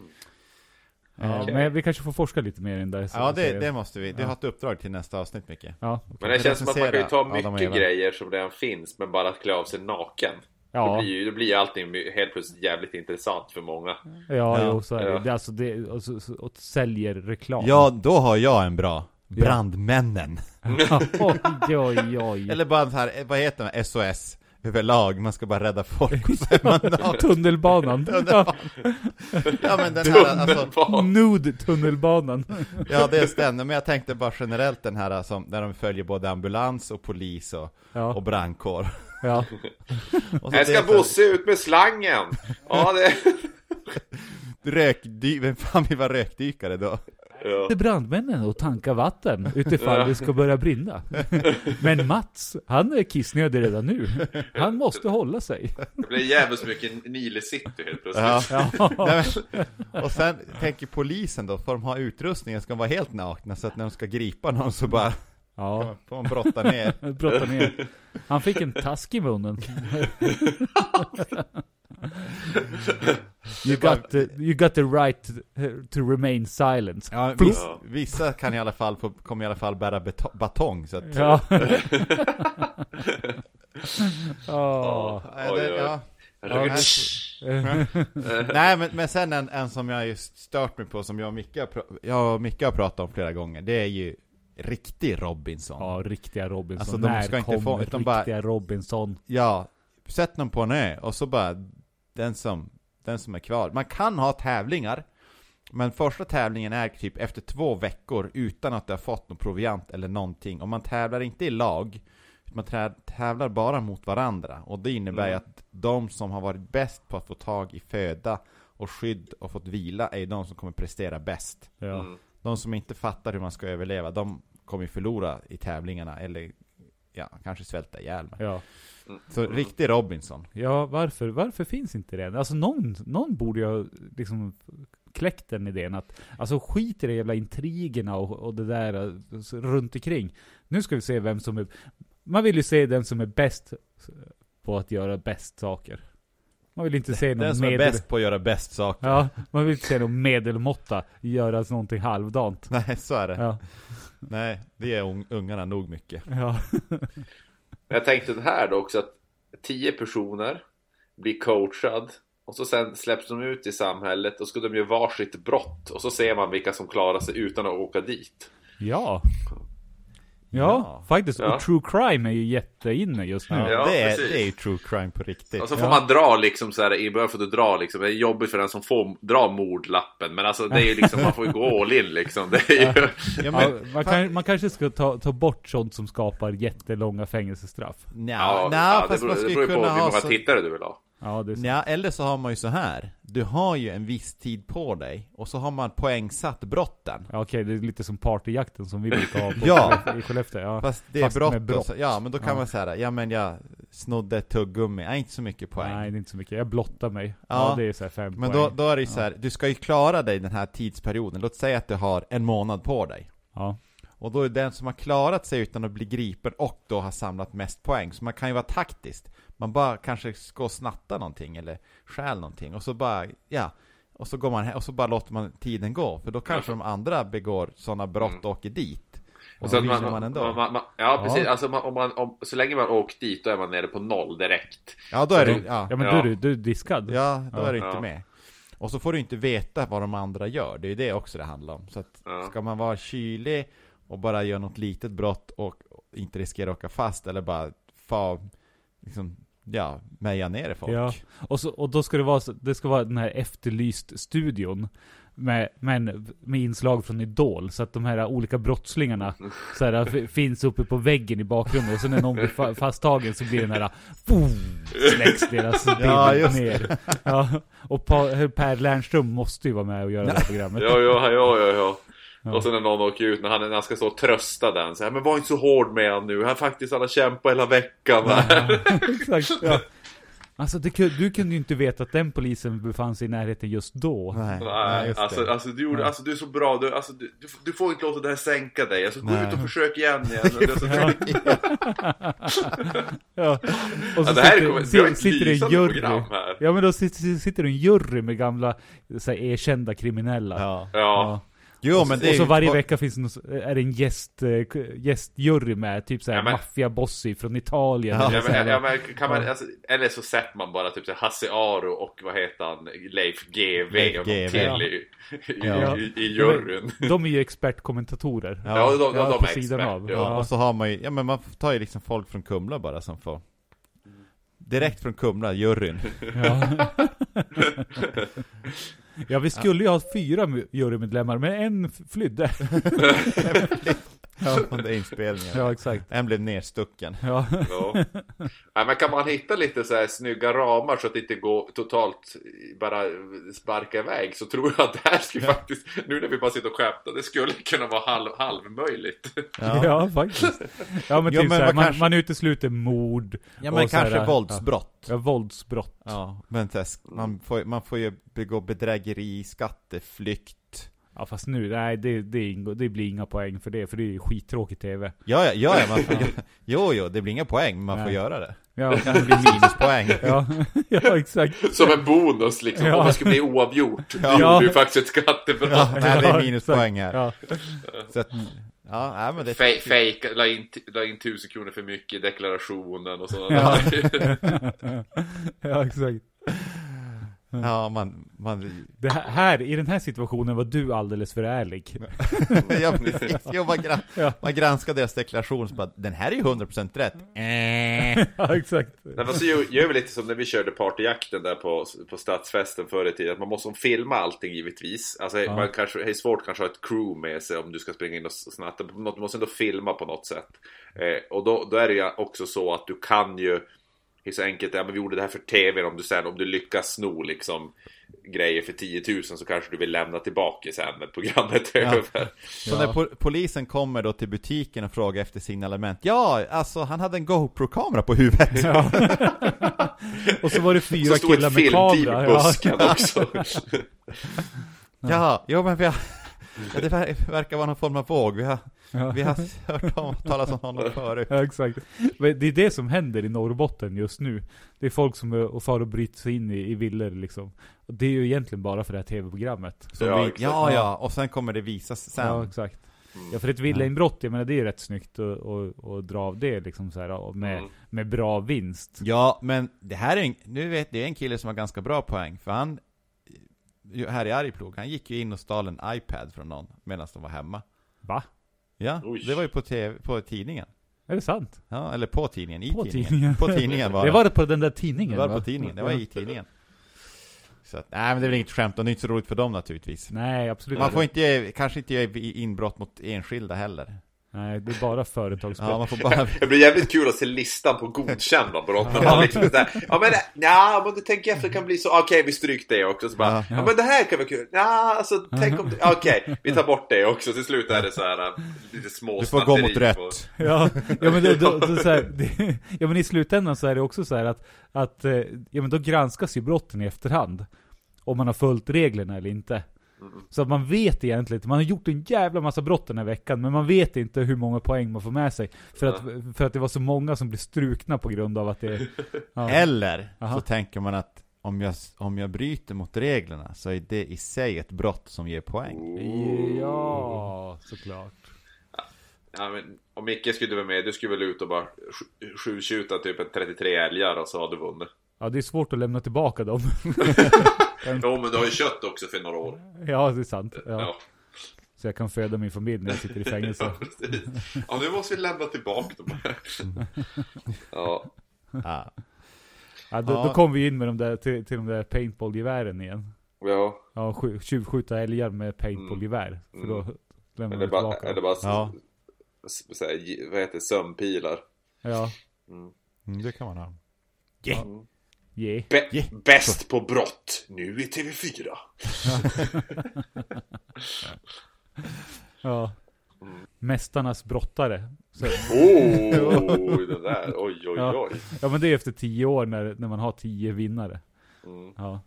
[SPEAKER 2] Eh,
[SPEAKER 1] Okej.
[SPEAKER 2] Men vi kanske får forska lite mer i den där
[SPEAKER 1] Ja, det,
[SPEAKER 2] serien.
[SPEAKER 1] det måste vi. Du
[SPEAKER 2] Ja.
[SPEAKER 1] har ett uppdrag till nästa avsnitt, Micke.
[SPEAKER 2] Ja,
[SPEAKER 3] Men det känns som att man kan ju ta
[SPEAKER 1] Recensera Adam och
[SPEAKER 3] mycket
[SPEAKER 1] Eva.
[SPEAKER 3] grejer som redan finns, men bara att klä av sig naken. Då
[SPEAKER 2] ja,
[SPEAKER 3] blir ju då blir ju allting my- helt plötsligt jävligt intressant för många.
[SPEAKER 1] Mm.
[SPEAKER 2] ja,
[SPEAKER 1] Ja.
[SPEAKER 2] jo, så är det.
[SPEAKER 3] Ja.
[SPEAKER 2] det. Alltså, det och, så, så, och säljer reklam.
[SPEAKER 1] Ja, då har jag en bra. Brandmännen.
[SPEAKER 2] oj, oj, oj.
[SPEAKER 1] Eller bara så här, eh, vad heter de? SOS överlag. Man ska bara rädda folk och så är man naken.
[SPEAKER 2] Tunnelbanan.
[SPEAKER 1] Ja men den här, alltså,
[SPEAKER 3] Underbart!
[SPEAKER 2] Nude-tunnelbanan.
[SPEAKER 1] ja dels den, men jag tänkte bara generellt den här som, där de följer både ambulans och polis och, och
[SPEAKER 2] Ja,
[SPEAKER 1] brandkår.
[SPEAKER 2] ja.
[SPEAKER 1] Och så
[SPEAKER 3] Här ska
[SPEAKER 1] det är så-
[SPEAKER 3] Bosse ut med slangen! Ja, det...
[SPEAKER 1] Rökdy, vem fan vill vara rökdykare då?
[SPEAKER 3] Ja.
[SPEAKER 2] till brandmännen och tanka vatten utifall det ska börja brinna. Men Mats, han är kissnödig redan nu. Han måste hålla sig.
[SPEAKER 3] Det blir jävligt mycket Nile City helt plötsligt.
[SPEAKER 1] Ja.
[SPEAKER 2] Ja,
[SPEAKER 1] Nej, men, och sen tänker polisen då, får de ha utrustningen, ska de vara helt nakna så att när de ska gripa någon så bara
[SPEAKER 2] ja
[SPEAKER 1] får de brotta ner.
[SPEAKER 2] brotta ner. Han fick en task i munnen. You got, the, you got the right to remain silent.
[SPEAKER 1] Ja, viss, vissa kan i alla fall, få, kommer i alla fall bära beto- batong så att,
[SPEAKER 2] Ja. Ja.
[SPEAKER 1] Ja,
[SPEAKER 3] Oj,
[SPEAKER 1] det-
[SPEAKER 3] oj.
[SPEAKER 1] ja. Nej men, men sen en, en som jag just stört mig på som jag och Micke har, pra- jag och Micke har pratat om flera gånger Det är ju riktig Robinson Ja,
[SPEAKER 2] ja, riktiga Robinson.
[SPEAKER 1] Alltså, de
[SPEAKER 2] När
[SPEAKER 1] ska inte
[SPEAKER 2] kom
[SPEAKER 1] få- utan bara-
[SPEAKER 2] riktiga Robinson?
[SPEAKER 1] sätt någon på en ö och så bara den som, den som är kvar Man kan ha tävlingar Men första tävlingen är typ efter två veckor utan att du har fått någon proviant eller någonting Och man tävlar inte i lag man trä- tävlar bara mot varandra och det innebär ju att de som har varit bäst på att få tag i föda och skydd och fått vila är ju de som kommer prestera bäst.
[SPEAKER 2] Ja.
[SPEAKER 1] De som inte fattar hur man ska överleva, de kommer ju förlora i tävlingarna eller ja, kanske svälta ihjäl.
[SPEAKER 2] ja.
[SPEAKER 1] Så riktig Robinson.
[SPEAKER 2] Ja, varför, varför finns inte det? Alltså någon, någon borde ju ha liksom kläckt den idén att alltså skit i de jävla intrigerna och, och det där eh, s- runt omkring. Nu ska vi se vem som är... Man vill ju se den som är bäst på att göra bäst saker. Man vill inte se någon
[SPEAKER 1] Den som är
[SPEAKER 2] medel...
[SPEAKER 1] bäst på att göra bäst saker.
[SPEAKER 2] Ja, man vill inte se någon medelmåtta göra någonting halvdant.
[SPEAKER 1] Nej, så är det.
[SPEAKER 2] Ja,
[SPEAKER 1] Nej, det är un- ungarna nog mycket.
[SPEAKER 2] ja,
[SPEAKER 3] Jag tänkte det här då också att 10 personer blir coachad och så sen släpps de ut i samhället och ska de göra varsitt brott och så ser man vilka som klarar sig utan att åka dit.
[SPEAKER 2] ja. Ja,
[SPEAKER 1] Ja.
[SPEAKER 2] faktiskt.
[SPEAKER 3] Ja.
[SPEAKER 2] Och true crime är ju jätteinne just nu.
[SPEAKER 1] Ja,
[SPEAKER 3] Ja,
[SPEAKER 1] det, är,
[SPEAKER 3] precis.
[SPEAKER 1] det är ju true crime på riktigt.
[SPEAKER 3] Och så får man dra liksom så här i början får du dra liksom. Det är jobbigt för den som får dra mordlappen men alltså det är ju liksom man får ju gå all in liksom. Det är ju...
[SPEAKER 1] Ja, men,
[SPEAKER 2] Ja, man, kan, man kanske ska ta, ta bort sånt som skapar jättelånga fängelsestraff.
[SPEAKER 1] nja,
[SPEAKER 3] Ja,
[SPEAKER 1] nja,
[SPEAKER 3] ja, det
[SPEAKER 1] fast
[SPEAKER 3] beror
[SPEAKER 1] man
[SPEAKER 3] det
[SPEAKER 1] skulle
[SPEAKER 3] beror ju på
[SPEAKER 1] kunna
[SPEAKER 3] hur
[SPEAKER 1] ha
[SPEAKER 3] många
[SPEAKER 1] så...
[SPEAKER 3] tittare du vill ha.
[SPEAKER 2] Ja, det är så.
[SPEAKER 1] Ja, eller så har man ju så här. Du har ju en viss tid på dig och så har man poängsatt brotten.
[SPEAKER 2] Ja, okej, det är lite som partyjakten som vi brukar ha på
[SPEAKER 1] Ja.
[SPEAKER 2] i Skellefteå. Ja.
[SPEAKER 1] Fast det är
[SPEAKER 2] Fast med
[SPEAKER 1] brott,
[SPEAKER 2] brott.
[SPEAKER 1] Och så, Ja, men då kan
[SPEAKER 2] Ja.
[SPEAKER 1] man säga ja men jag snodde ett tuggummi, nej inte så mycket poäng.
[SPEAKER 2] Nej, det är inte så mycket. Jag blottar mig. Ja,
[SPEAKER 1] Ja.
[SPEAKER 2] det är så här fem
[SPEAKER 1] men
[SPEAKER 2] poäng.
[SPEAKER 1] då, då är det ju så här, du ska ju klara dig den här tidsperioden. Låt säga att du har en månad på dig.
[SPEAKER 2] Ja.
[SPEAKER 1] Och då är den som har klarat sig utan att bli gripen och då har samlat mest poäng. Så man kan ju vara taktiskt. Man bara kanske ska och snatta någonting eller stjäl någonting och så bara, ja. Och så går man he- och så bara låter man tiden gå. För då kanske de andra begår sådana brott och åker dit. Och
[SPEAKER 3] Mm. Så
[SPEAKER 1] så
[SPEAKER 3] att man,
[SPEAKER 1] vinner man ändå.
[SPEAKER 3] Man, man, ja precis,
[SPEAKER 2] Ja.
[SPEAKER 3] Alltså, man, om man, om, så länge man åkt dit då är man nere på noll direkt.
[SPEAKER 1] ja, då är det, ja.
[SPEAKER 2] ja, men
[SPEAKER 3] Ja.
[SPEAKER 2] Du, är- du är diskad.
[SPEAKER 1] Ja, då
[SPEAKER 2] Ja.
[SPEAKER 1] är du inte
[SPEAKER 3] Ja.
[SPEAKER 1] med. Och så får du inte veta vad de andra gör, det är ju det också det handlar om. Så att
[SPEAKER 3] Ja.
[SPEAKER 1] ska man vara kylig och bara göra något litet brott och inte riskera att åka fast eller bara fa, liksom, ja, meja ner folk.
[SPEAKER 2] Ja. Och, så, och då ska det vara, så- det ska vara den här efterlyst-studion. med, men med inslag från Idol. Så att de här olika brottslingarna så här, f- finns uppe på väggen i bakgrunden. Och sen när någon blir fa- fasttagen så blir den här... Boom, släcks deras bild
[SPEAKER 1] just det.
[SPEAKER 2] ner. Ja, och pa, Per Lernström måste ju vara med och göra det här programmet.
[SPEAKER 3] Ja, ja, ja, ja, ja. Och sen när någon åker ut, när han, när han ska stå och trösta den så här, men var inte så hård med han nu, han faktiskt han har kämpat hela veckan här.
[SPEAKER 2] Exakt, ja. Alltså det, kun- du kunde ju inte veta att den polisen befann sig i närheten just då.
[SPEAKER 1] Nej, nej,
[SPEAKER 3] Nej,
[SPEAKER 1] just
[SPEAKER 3] alltså,
[SPEAKER 1] det.
[SPEAKER 3] alltså, du gjorde, alltså du är så bra, du, alltså, du, du, du får inte låta det här sänka dig, alltså gå
[SPEAKER 1] Nej.
[SPEAKER 3] ut och försök igen igen. Alltså,
[SPEAKER 2] Ja. Och så
[SPEAKER 3] Ja, det här
[SPEAKER 2] sitter,
[SPEAKER 3] kommer-
[SPEAKER 2] si-
[SPEAKER 3] vi har ett
[SPEAKER 2] sitter en
[SPEAKER 3] lysande
[SPEAKER 2] jury.
[SPEAKER 3] program här.
[SPEAKER 2] Ja men då sitter, sitter en jury med gamla så här, erkända kriminella.
[SPEAKER 1] Ja.
[SPEAKER 3] ja,
[SPEAKER 1] Jo, men det är
[SPEAKER 2] och så
[SPEAKER 1] ju-
[SPEAKER 2] varje vecka finns någon, är det en gäst, eh, k- gästjury med, typ såhär
[SPEAKER 3] Ja, men-
[SPEAKER 2] maffiabossy från Italien.
[SPEAKER 1] Ja,
[SPEAKER 2] eller
[SPEAKER 3] ja,
[SPEAKER 2] så här.
[SPEAKER 3] men, ja, men, kan man, alltså, eller så sätter man bara typ så här Hasse Aro och vad heter han, Leif GV
[SPEAKER 1] Leif
[SPEAKER 3] och
[SPEAKER 1] GV,
[SPEAKER 3] någon till
[SPEAKER 1] ja.
[SPEAKER 3] i, i,
[SPEAKER 1] Ja.
[SPEAKER 3] i, i juryn.
[SPEAKER 2] De är ju expertkommentatorer.
[SPEAKER 1] Ja.
[SPEAKER 3] Ja, de, de,
[SPEAKER 2] Ja,
[SPEAKER 3] de
[SPEAKER 2] på
[SPEAKER 3] är
[SPEAKER 2] sidan
[SPEAKER 3] expert,
[SPEAKER 2] av.
[SPEAKER 1] Ja,
[SPEAKER 3] Ja.
[SPEAKER 1] och så har man ju, ja men man tar ju liksom folk från Kumla bara som får Direkt från Kumla, juryn
[SPEAKER 2] Ja. ja, vi skulle ju ha fyra mu- jurymedlemmar, men en f- flydde.
[SPEAKER 1] från den inspelningen
[SPEAKER 2] Ja, exakt.
[SPEAKER 1] En blev nedstucken
[SPEAKER 2] Ja,
[SPEAKER 3] Ja. Nej, men kan man hitta lite så här snygga ramar så att det inte går totalt bara sparka iväg så tror jag att det här skulle faktiskt, nu när vi bara sitter och skämtar, det skulle kunna vara halv, halvmöjligt.
[SPEAKER 2] ja. faktiskt. Ja, men
[SPEAKER 1] Ja,
[SPEAKER 2] typ
[SPEAKER 1] men
[SPEAKER 2] såhär,
[SPEAKER 1] vad
[SPEAKER 2] man,
[SPEAKER 1] kanske-
[SPEAKER 2] man utesluter mord.
[SPEAKER 1] Ja men
[SPEAKER 2] och såhär,
[SPEAKER 1] kanske våldsbrott
[SPEAKER 2] Ja, våldsbrott. Ja.
[SPEAKER 1] Ja, men test, man får, man får ju begå bedrägeri, skatteflykt
[SPEAKER 2] fast nu, nej, det, det, ingår, det blir inga poäng för det, för det är ju skittråkig TV.
[SPEAKER 1] Ja, ja, ja, ja man får, jo, jo, det blir inga poäng, men man får
[SPEAKER 2] Nej.
[SPEAKER 1] göra det
[SPEAKER 2] Ja,
[SPEAKER 1] Det blir minuspoäng
[SPEAKER 2] ja, ja exakt.
[SPEAKER 3] Som en bonus liksom,
[SPEAKER 2] Ja.
[SPEAKER 3] om det skulle bli oavgjort.
[SPEAKER 1] Ja.
[SPEAKER 3] Du gjorde ju faktiskt ett skattebrott.
[SPEAKER 1] ja, Nej, det
[SPEAKER 2] Ja,
[SPEAKER 1] är minuspoäng här
[SPEAKER 2] Ja.
[SPEAKER 1] Så att, ja, nej, men det
[SPEAKER 3] Fe- Fejka, la in, la in tusen kronor för mycket i deklarationen och sådana
[SPEAKER 2] Ja.
[SPEAKER 3] där.
[SPEAKER 2] ja, exakt.
[SPEAKER 1] Ja, man, man
[SPEAKER 2] Det här, här, i den här situationen var du alldeles för ärlig.
[SPEAKER 1] Ja precis, jo, man, gran-
[SPEAKER 2] Ja.
[SPEAKER 1] man granskar deras deklaration så bara, den här är ju 100% rätt äh.
[SPEAKER 2] Ja, exakt.
[SPEAKER 3] Nej, men så gör, gör vi lite som när vi körde partyjakten där på, på stadsfesten förr i tiden. Att man måste filma allting givetvis. Alltså, man kanske, det är svårt kanske att ha ett crew med sig om du ska springa in och snatta. på något. Du måste ändå filma på något sätt. Eh, och då, då är det ju också så att du kan ju... Det är så enkelt, ja men vi gjorde det här för tv om du sen, om du lyckas sno liksom grejer för 10 000 så kanske du vill lämna tillbaka sen när programmet är
[SPEAKER 1] Ja.
[SPEAKER 3] över.
[SPEAKER 1] Så när po- polisen kommer då till butiken och frågar efter signalement Ja, alltså han hade en GoPro-kamera på huvudet
[SPEAKER 2] Ja. Och så var det fyra
[SPEAKER 3] Så stod
[SPEAKER 2] killar
[SPEAKER 3] ett
[SPEAKER 2] med
[SPEAKER 3] filmteam i
[SPEAKER 2] kamera. Ja.
[SPEAKER 3] busken också.
[SPEAKER 1] Ja, jo men vi har, ja, det ver- verkar vara någon form av våg Vi har,
[SPEAKER 2] Ja.
[SPEAKER 1] vi har hört om, talas om honom förut
[SPEAKER 2] Ja, exakt. Men det är det som händer i Norrbotten just nu. Det är folk som är och far och bryter sig in i, i villor liksom. Och det är ju egentligen bara för det här tv-programmet.
[SPEAKER 1] Så
[SPEAKER 3] Ja,
[SPEAKER 1] vi,
[SPEAKER 3] exakt.
[SPEAKER 1] ja, ja, och sen kommer det visas sen
[SPEAKER 2] Ja, exakt.
[SPEAKER 1] Mm.
[SPEAKER 2] Ja, för ett villainbrott, jag menar det är ju rätt snyggt att och, och dra av det liksom så här, och med,
[SPEAKER 1] Mm.
[SPEAKER 2] med bra vinst.
[SPEAKER 1] Ja, men det här är en, nu vet det är en kille som har ganska bra poäng, för han ju- här i Arjeplog, han gick ju in och stal en iPad från någon medan de var hemma.
[SPEAKER 2] Va?
[SPEAKER 1] Ja,
[SPEAKER 3] Oj.
[SPEAKER 1] det var ju på, TV, på tidningen.
[SPEAKER 2] Är det sant?
[SPEAKER 1] Ja, eller på tidningen, i
[SPEAKER 2] På
[SPEAKER 1] tidningen.
[SPEAKER 2] tidningen.
[SPEAKER 1] På tidningen var
[SPEAKER 2] Det var det på den där tidningen
[SPEAKER 1] det var
[SPEAKER 2] va?
[SPEAKER 1] på tidningen, det var i tidningen. Så att, nej men det är väl inget skämt, och det är inte så roligt för dem naturligtvis.
[SPEAKER 2] Nej, absolut
[SPEAKER 1] Man
[SPEAKER 2] inte.
[SPEAKER 1] får inte, ge- kanske inte göra inbrott mot enskilda heller.
[SPEAKER 2] Nej, det är bara företagsbrott.
[SPEAKER 1] Ja, man får bara...
[SPEAKER 3] Det blir jävligt kul att se listan på godkända brott. När man liksom sådär, ja men ja, men du tänker efter det kan bli så, okej vi stryk det också. Så bara, ja men det här kan vara kul. Ja, alltså tänk om, det- okej vi tar bort det också. Till slut är det så här äh, lite små
[SPEAKER 1] Du får gå mot
[SPEAKER 3] snatteri
[SPEAKER 1] rött.
[SPEAKER 3] på-
[SPEAKER 2] Ja, ja, men, då, då, då, så här, det, ja men i slutändan så är det också så här att, att eh, ja, men då granskas ju brotten i efterhand. Om man har följt reglerna eller inte. Så att man vet egentligen inte, man har gjort en jävla massa brott den här veckan, men man vet inte hur många poäng man får med sig. För att, för att det var så många som blev strukna på grund av att det... Ja,
[SPEAKER 1] Eller
[SPEAKER 2] Aha.
[SPEAKER 1] så tänker man att om jag, om jag bryter mot reglerna så är det i sig ett brott som ger
[SPEAKER 2] Mm.
[SPEAKER 1] poäng.
[SPEAKER 2] ja såklart.
[SPEAKER 3] Ja, men, om Micke skulle vara med, du skulle väl ut och bara sj- sjutjuta typ en 33 älgar och så har du vunnit.
[SPEAKER 2] Ja, det är svårt att lämna tillbaka dem.
[SPEAKER 3] Jo men du har ju kött också för några år.
[SPEAKER 2] Ja, det är sant. Ja.
[SPEAKER 3] Ja.
[SPEAKER 2] Så jag kan föda min familj när jag sitter i fängelse.
[SPEAKER 3] Ja, precis. ja nu måste vi lämna tillbaka dem här. Ja.
[SPEAKER 1] Ja.
[SPEAKER 2] Ja, då,
[SPEAKER 1] Ja.
[SPEAKER 2] då kom vi in med de där, till, till de där paintballgevären igen.
[SPEAKER 3] Ja,
[SPEAKER 2] Ja, skj- tjuvskjuta älgar
[SPEAKER 3] Mm.
[SPEAKER 2] med paintballgevär. För då lämnar
[SPEAKER 3] eller
[SPEAKER 2] du
[SPEAKER 3] Mm. bara,
[SPEAKER 2] tillbaka.
[SPEAKER 3] eller
[SPEAKER 2] dem.
[SPEAKER 3] bara
[SPEAKER 1] Ja.
[SPEAKER 3] ja. så här, ge- vad heter det, sömnpilar.
[SPEAKER 2] Ja,
[SPEAKER 1] Mm, det kan man ha.
[SPEAKER 2] yeah.
[SPEAKER 3] Bä-
[SPEAKER 1] Yeah.
[SPEAKER 3] Bäst på brott, nu i TV4.
[SPEAKER 2] Ja.
[SPEAKER 3] Mm.
[SPEAKER 2] Mästarnas brottare. Så,
[SPEAKER 3] Oh, det där, oj oj
[SPEAKER 2] Ja.
[SPEAKER 3] oj.
[SPEAKER 2] ja men det är efter tio år när, när man har tio vinnare.
[SPEAKER 3] Mm.
[SPEAKER 2] Ja.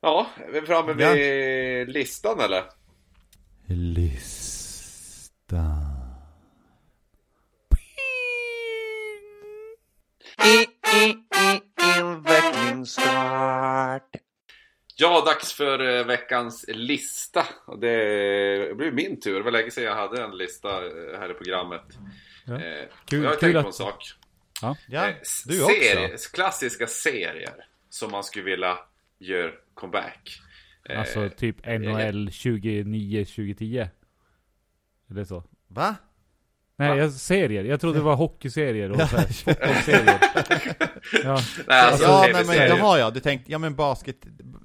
[SPEAKER 3] Ja, är vi framme vid listan eller?
[SPEAKER 1] Lista.
[SPEAKER 4] I, i, i, invecklingsstart.
[SPEAKER 3] Ja, dags för eh, veckans lista. Och Det blir min tur. Det var länge sedan jag hade en lista eh, här i programmet.
[SPEAKER 2] Ja.
[SPEAKER 3] Eh,
[SPEAKER 2] Kul-
[SPEAKER 3] jag har
[SPEAKER 2] kul
[SPEAKER 3] tänkt
[SPEAKER 2] att-
[SPEAKER 3] på en sak.
[SPEAKER 1] Ja,
[SPEAKER 3] Eh, s-
[SPEAKER 1] du också.
[SPEAKER 3] Klassiska serier som man skulle vilja göra comeback. Eh,
[SPEAKER 2] Alltså typ NHL 29-2010. Eller så.
[SPEAKER 1] Va?
[SPEAKER 2] Nej, jag, serier. Jag trodde det var hockeyserier och så här, fotbollsserier. Ja,
[SPEAKER 3] nej, alltså,
[SPEAKER 1] ja, nej, men
[SPEAKER 3] TV-serier.
[SPEAKER 1] det har jag. Du tänkte, ja men basket,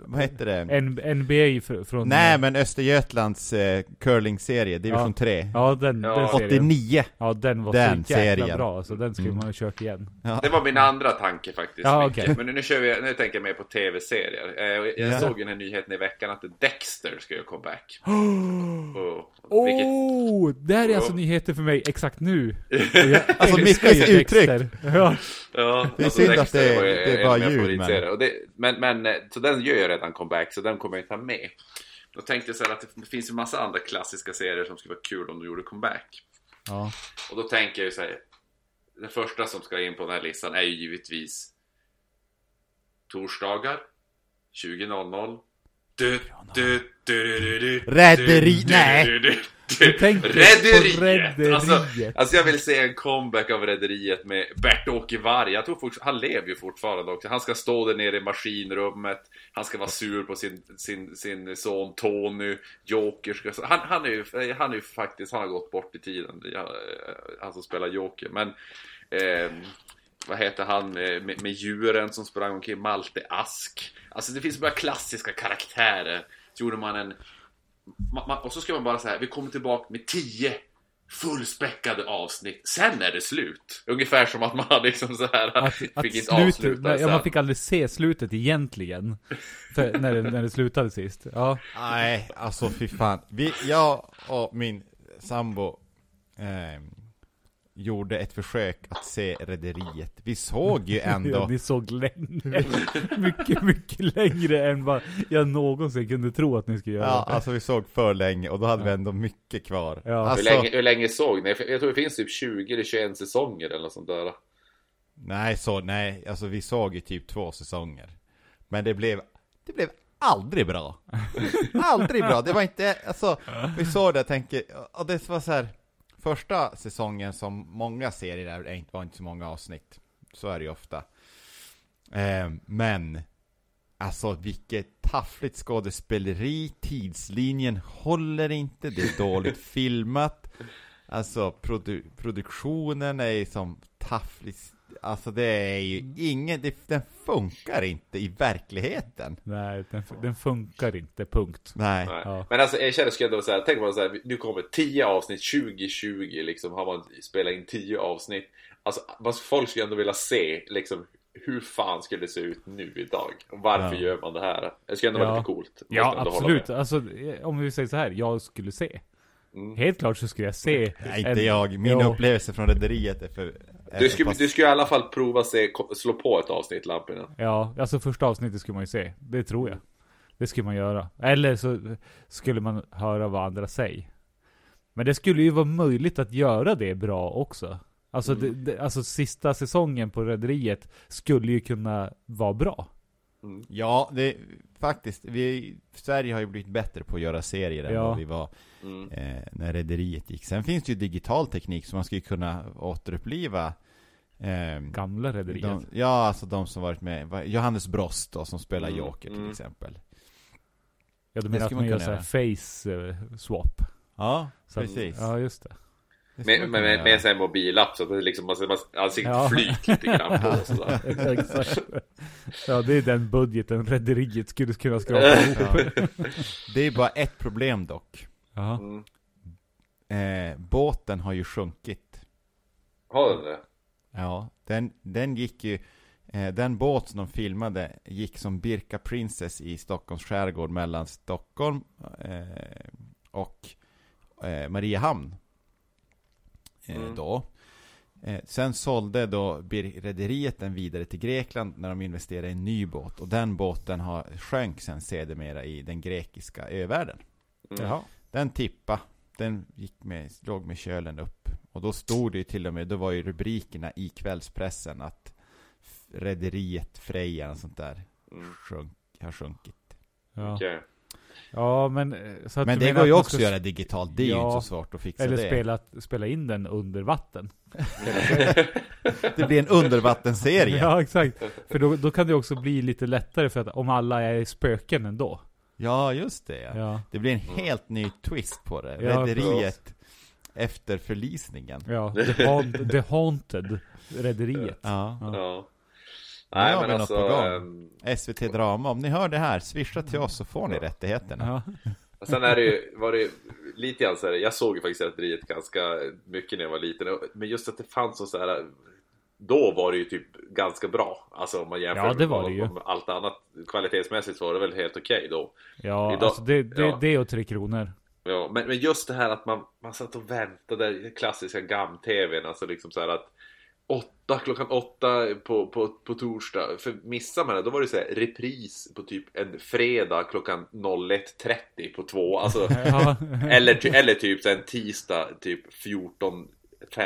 [SPEAKER 1] vad heter det?
[SPEAKER 2] N- NBA fr- från...
[SPEAKER 1] Nej men Östergötlands eh, curlingserie, division
[SPEAKER 2] Ja.
[SPEAKER 1] 3.
[SPEAKER 2] Ja, den,
[SPEAKER 3] Ja.
[SPEAKER 2] den serien.
[SPEAKER 1] 89.
[SPEAKER 2] Ja, den var
[SPEAKER 1] Den
[SPEAKER 2] så jäkla
[SPEAKER 1] serien. Mm.
[SPEAKER 2] bra. Så den skulle man ha kört igen.
[SPEAKER 3] Det var min andra tanke faktiskt.
[SPEAKER 2] Ja,
[SPEAKER 3] Micke.
[SPEAKER 2] okej.
[SPEAKER 3] Men nu, kör vi, nu tänker jag mer på tv-serier. Eh, och Jag
[SPEAKER 1] Ja.
[SPEAKER 3] såg ju den här nyheten i veckan att Dexter ska göra comeback. oh, vilket
[SPEAKER 2] Oh, det här är alltså
[SPEAKER 3] Ja.
[SPEAKER 2] nyheter för mig exakt nu. Och jag
[SPEAKER 1] Alltså,
[SPEAKER 2] älskar
[SPEAKER 1] Mickes
[SPEAKER 2] ju
[SPEAKER 1] uttryck.
[SPEAKER 2] Dexter. Ja.
[SPEAKER 3] Ja, alltså,
[SPEAKER 1] Det är synd att
[SPEAKER 3] Dexter
[SPEAKER 1] det-
[SPEAKER 3] var ju
[SPEAKER 1] det är
[SPEAKER 3] en
[SPEAKER 1] bara
[SPEAKER 3] av mina
[SPEAKER 1] ljud,
[SPEAKER 3] favoritserier.
[SPEAKER 1] men-
[SPEAKER 3] Och det- Men, men, eh, så den gör jag redan comeback, så den kommer jag ta med. Då tänkte jag så här att det finns ju massa andra klassiska serier som skulle vara kul om de gjorde comeback.
[SPEAKER 2] Ja.
[SPEAKER 3] Och då tänker jag ju så här. Den första som ska in på den här listan är ju givetvis Torsdagar 20.00 Du, du, du, du, du, du,
[SPEAKER 1] Rederi-
[SPEAKER 3] du,
[SPEAKER 1] nej.
[SPEAKER 3] du, du, du.
[SPEAKER 2] Du tänker på
[SPEAKER 3] Rederiet! Alltså,
[SPEAKER 2] Rederiet.
[SPEAKER 3] alltså jag vill se en comeback av Rederiet med Bert-Åke Varg. Jag tror fortfarande, han lever ju fortfarande också. Han ska stå där nere i maskinrummet. Han ska vara sur på sin, sin, sin son Tony. Joker ska... Han, han, är ju, han är ju faktiskt, han har gått bort i tiden. Ja, eh, Han som spelar Joker. Men... ehm, vad heter han eh, med, med djuren som sprang omkring, Malte Ask. Alltså det finns bara klassiska karaktärer. Så gjorde man en... Man, man, och så ska man bara säga vi kommer tillbaka med 10 fullspäckade avsnitt, sen är det slut. Ungefär som att man liksom så här
[SPEAKER 2] Att,
[SPEAKER 3] fick
[SPEAKER 2] att
[SPEAKER 3] inte
[SPEAKER 2] slutet,
[SPEAKER 3] avsluta
[SPEAKER 2] nej, ja, man
[SPEAKER 3] sen.
[SPEAKER 2] fick aldrig se slutet egentligen. För, när, det, när det slutade sist. Ja.
[SPEAKER 1] Nej, alltså fy fan. Vi, jag och min sambo ehm, gjorde ett försök att se Rederiet. Vi såg ju
[SPEAKER 2] Ja,
[SPEAKER 1] ändå...
[SPEAKER 2] ni såg länge. mycket, mycket längre än vad jag någonsin kunde tro att ni skulle göra.
[SPEAKER 1] Ja, alltså vi såg för länge och då hade vi ändå mycket kvar.
[SPEAKER 2] Ja.
[SPEAKER 3] Hur,
[SPEAKER 1] Alltså,
[SPEAKER 3] länge, hur länge såg ni? Jag tror det finns typ 20 eller 21 säsonger eller något sånt där.
[SPEAKER 1] nej, så nej, alltså vi såg ju typ två säsonger. Men det blev, det blev aldrig bra. aldrig bra, det var inte, alltså vi såg det och tänker, och det var så här, första säsongen som många serier är, det inte- var inte så många avsnitt. Så är det ju ofta. Eh, men, alltså vilket taffligt skådespeleri, tidslinjen håller inte, det är dåligt filmat. Alltså produ produktionen är ju som taffligt, alltså det är ju ingen, det, den funkar inte i verkligheten.
[SPEAKER 2] Nej, den, den funkar inte, punkt.
[SPEAKER 1] Nej.
[SPEAKER 2] Ja.
[SPEAKER 3] Men alltså jag känner skulle ändå säga, tänk man så här, nu kommer 10 avsnitt 2020 liksom, har man spelat in 10 avsnitt. Alltså vad folk skulle ändå vilja se liksom hur fan skulle det se ut nu idag? Och varför
[SPEAKER 1] Ja.
[SPEAKER 3] gör man det här? Det skulle ändå vara
[SPEAKER 2] Ja.
[SPEAKER 3] lite coolt. Måste
[SPEAKER 2] Ja,
[SPEAKER 3] ändå hålla
[SPEAKER 2] absolut.
[SPEAKER 3] med.
[SPEAKER 2] Alltså, eh, om vi säger så här, jag skulle se. Helt klart så skulle jag se.
[SPEAKER 1] Mm. Nej, inte jag. Min
[SPEAKER 2] Jo.
[SPEAKER 1] upplevelse från Rederiet är för... är
[SPEAKER 3] Du
[SPEAKER 1] för
[SPEAKER 3] skulle,
[SPEAKER 1] pass-
[SPEAKER 3] du skulle i alla fall prova se, ko- slå på ett avsnitt Lampinen.
[SPEAKER 2] Ja, alltså första avsnittet skulle man ju se. Det tror jag. Det skulle man göra. Eller så skulle man höra vad andra säger. Men det skulle ju vara möjligt att göra det bra också. Alltså,
[SPEAKER 1] Mm.
[SPEAKER 2] det, det, alltså sista säsongen på Rederiet skulle ju kunna vara bra.
[SPEAKER 1] Ja, det, faktiskt. Vi, Sverige har ju blivit bättre på att göra serier än
[SPEAKER 2] Ja.
[SPEAKER 1] vad vi var
[SPEAKER 3] Mm.
[SPEAKER 1] eh, när Rederiet gick. Sen finns det ju digital teknik så man skulle kunna återuppliva ehm,
[SPEAKER 2] Gamla Rederiet.
[SPEAKER 1] de, Ja, alltså de som varit med. va- Johannes Brost då, som spelar
[SPEAKER 3] Mm,
[SPEAKER 1] Joker till
[SPEAKER 3] mm.
[SPEAKER 1] exempel.
[SPEAKER 2] ja, du menar att
[SPEAKER 1] skulle
[SPEAKER 2] man
[SPEAKER 1] man
[SPEAKER 2] gör
[SPEAKER 1] kunna
[SPEAKER 2] såhär face eh, swap.
[SPEAKER 1] Ja,
[SPEAKER 2] Så att-
[SPEAKER 1] precis.
[SPEAKER 2] Ja, just det.
[SPEAKER 1] Det skulle
[SPEAKER 3] Med,
[SPEAKER 1] man kunna
[SPEAKER 3] med, med
[SPEAKER 1] göra.
[SPEAKER 3] en sån här mobilapp så att det liksom, man, man, ansiktet
[SPEAKER 2] Ja.
[SPEAKER 3] flyter lite grann på. Sådär.
[SPEAKER 2] Exakt. Ja, det är den budgeten rederiet skulle kunna skrapa ihop.
[SPEAKER 1] Ja. Det är bara ett problem dock.
[SPEAKER 2] Ja.
[SPEAKER 3] Mm.
[SPEAKER 1] Eh, båten har ju sjunkit.
[SPEAKER 3] Har den det?
[SPEAKER 1] Ja, den, den gick ju... Eh, den båt som de filmade gick som Birka Princess i Stockholms skärgård mellan Stockholm eh, och eh, Mariehamn. Eh,
[SPEAKER 3] Mm.
[SPEAKER 1] Då. Eh, sen sålde då Bir- rederiet den vidare till Grekland när de investerade i en ny båt. Och den båten har sjönk sen sedermera i den grekiska övärlden.
[SPEAKER 2] Jaha.
[SPEAKER 1] Den tippa Den gick med, låg med kölen upp Och då stod det ju till och med, då var ju rubrikerna i kvällspressen att f- Rederiet Freja och sånt där
[SPEAKER 3] Mm.
[SPEAKER 1] sjunk, har sjunkit
[SPEAKER 2] Ja.
[SPEAKER 3] Okej.
[SPEAKER 2] ja, men... eh, Så att
[SPEAKER 1] Men
[SPEAKER 2] du
[SPEAKER 1] det
[SPEAKER 2] menar
[SPEAKER 1] går ju
[SPEAKER 2] att man
[SPEAKER 1] också att
[SPEAKER 2] ska-
[SPEAKER 1] göra digitalt, det är ju
[SPEAKER 2] Ja.
[SPEAKER 1] inte så svårt att fixa
[SPEAKER 2] Eller
[SPEAKER 1] det
[SPEAKER 2] spela, spela in den under vatten.
[SPEAKER 1] Det blir en undervattensserie ja.
[SPEAKER 2] Ja, exakt. För då, då kan det också bli lite lättare för att om alla är spöken ändå.
[SPEAKER 1] just det ja.
[SPEAKER 2] Ja,
[SPEAKER 1] Det blir en helt ny twist på det
[SPEAKER 2] Ja,
[SPEAKER 1] Rederiet Efter förlisningen
[SPEAKER 2] ja. The, haunt, the Haunted, rederiet.
[SPEAKER 1] Ja
[SPEAKER 3] Ja.
[SPEAKER 1] Nu
[SPEAKER 3] Nej
[SPEAKER 1] har
[SPEAKER 3] men
[SPEAKER 1] vi något
[SPEAKER 3] alltså,
[SPEAKER 1] på gång.
[SPEAKER 3] ehm,
[SPEAKER 1] SVT Drama, om ni hör det här, swisha till oss så får ni rättigheterna
[SPEAKER 2] Ja.
[SPEAKER 3] sen är det ju, var det ju lite grann så här, jag såg ju faktiskt Rederiet ganska mycket när jag var liten, och- men just att det fanns så- så här, då var det ju typ ganska bra, alltså om man jämför
[SPEAKER 2] Ja, det
[SPEAKER 3] med
[SPEAKER 2] var
[SPEAKER 3] vad-
[SPEAKER 2] det ju.
[SPEAKER 3] med allt annat, kvalitetsmässigt var det väl helt okej då.
[SPEAKER 2] Ja,
[SPEAKER 3] Idag-
[SPEAKER 2] alltså det, det,
[SPEAKER 3] ja.
[SPEAKER 2] det och Tre Kronor.
[SPEAKER 3] Ja, men, men just det här att man, man satt och väntade, den klassiska gam-tvn, alltså liksom så här att åtta, klockan åtta på, på, på torsdag, för missar man det då var det så här repris på typ en fredag klockan 01.30 på två, alltså
[SPEAKER 2] Ja,
[SPEAKER 3] eller, ty- eller typ så här en tisdag typ 14.15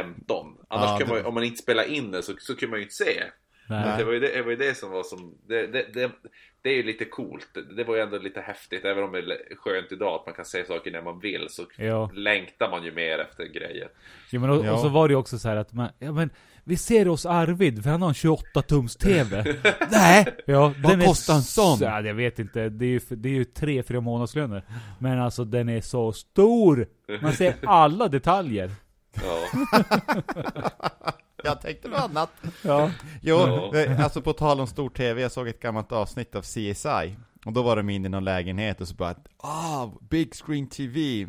[SPEAKER 3] Annars
[SPEAKER 1] Ja,
[SPEAKER 3] kan
[SPEAKER 1] det-
[SPEAKER 3] man, ju- om man inte spelar in det så, så kunde man ju inte se.
[SPEAKER 2] nej.
[SPEAKER 3] Det var ju det, det, var ju det som var som, det, det, det, det är ju lite coolt. Det, det var ju ändå lite häftigt, även om det är skönt idag att man kan se saker när man vill så
[SPEAKER 2] Ja.
[SPEAKER 3] längtar man ju mer efter grejer.
[SPEAKER 2] Ja, men och,
[SPEAKER 1] Ja.
[SPEAKER 2] och så var det ju också så här att man, ja men vi ser oss Arvid, för han har en 28-tums-TV.
[SPEAKER 1] Nej!
[SPEAKER 2] Ja,
[SPEAKER 1] Vad
[SPEAKER 2] är
[SPEAKER 1] kostar en sån?
[SPEAKER 2] så- Ja, jag vet inte, det är ju, det är ju tre, fyra månadslöner. Men alltså den är så stor! Man ser alla detaljer.
[SPEAKER 3] Ja,
[SPEAKER 1] Jag tänkte något annat
[SPEAKER 2] Ja,
[SPEAKER 1] Jo,
[SPEAKER 3] Ja.
[SPEAKER 1] eh, alltså på tal om stor tv, jag såg ett gammalt avsnitt av CSI Och då var de inne i någon lägenhet och så bara Ah, big screen TV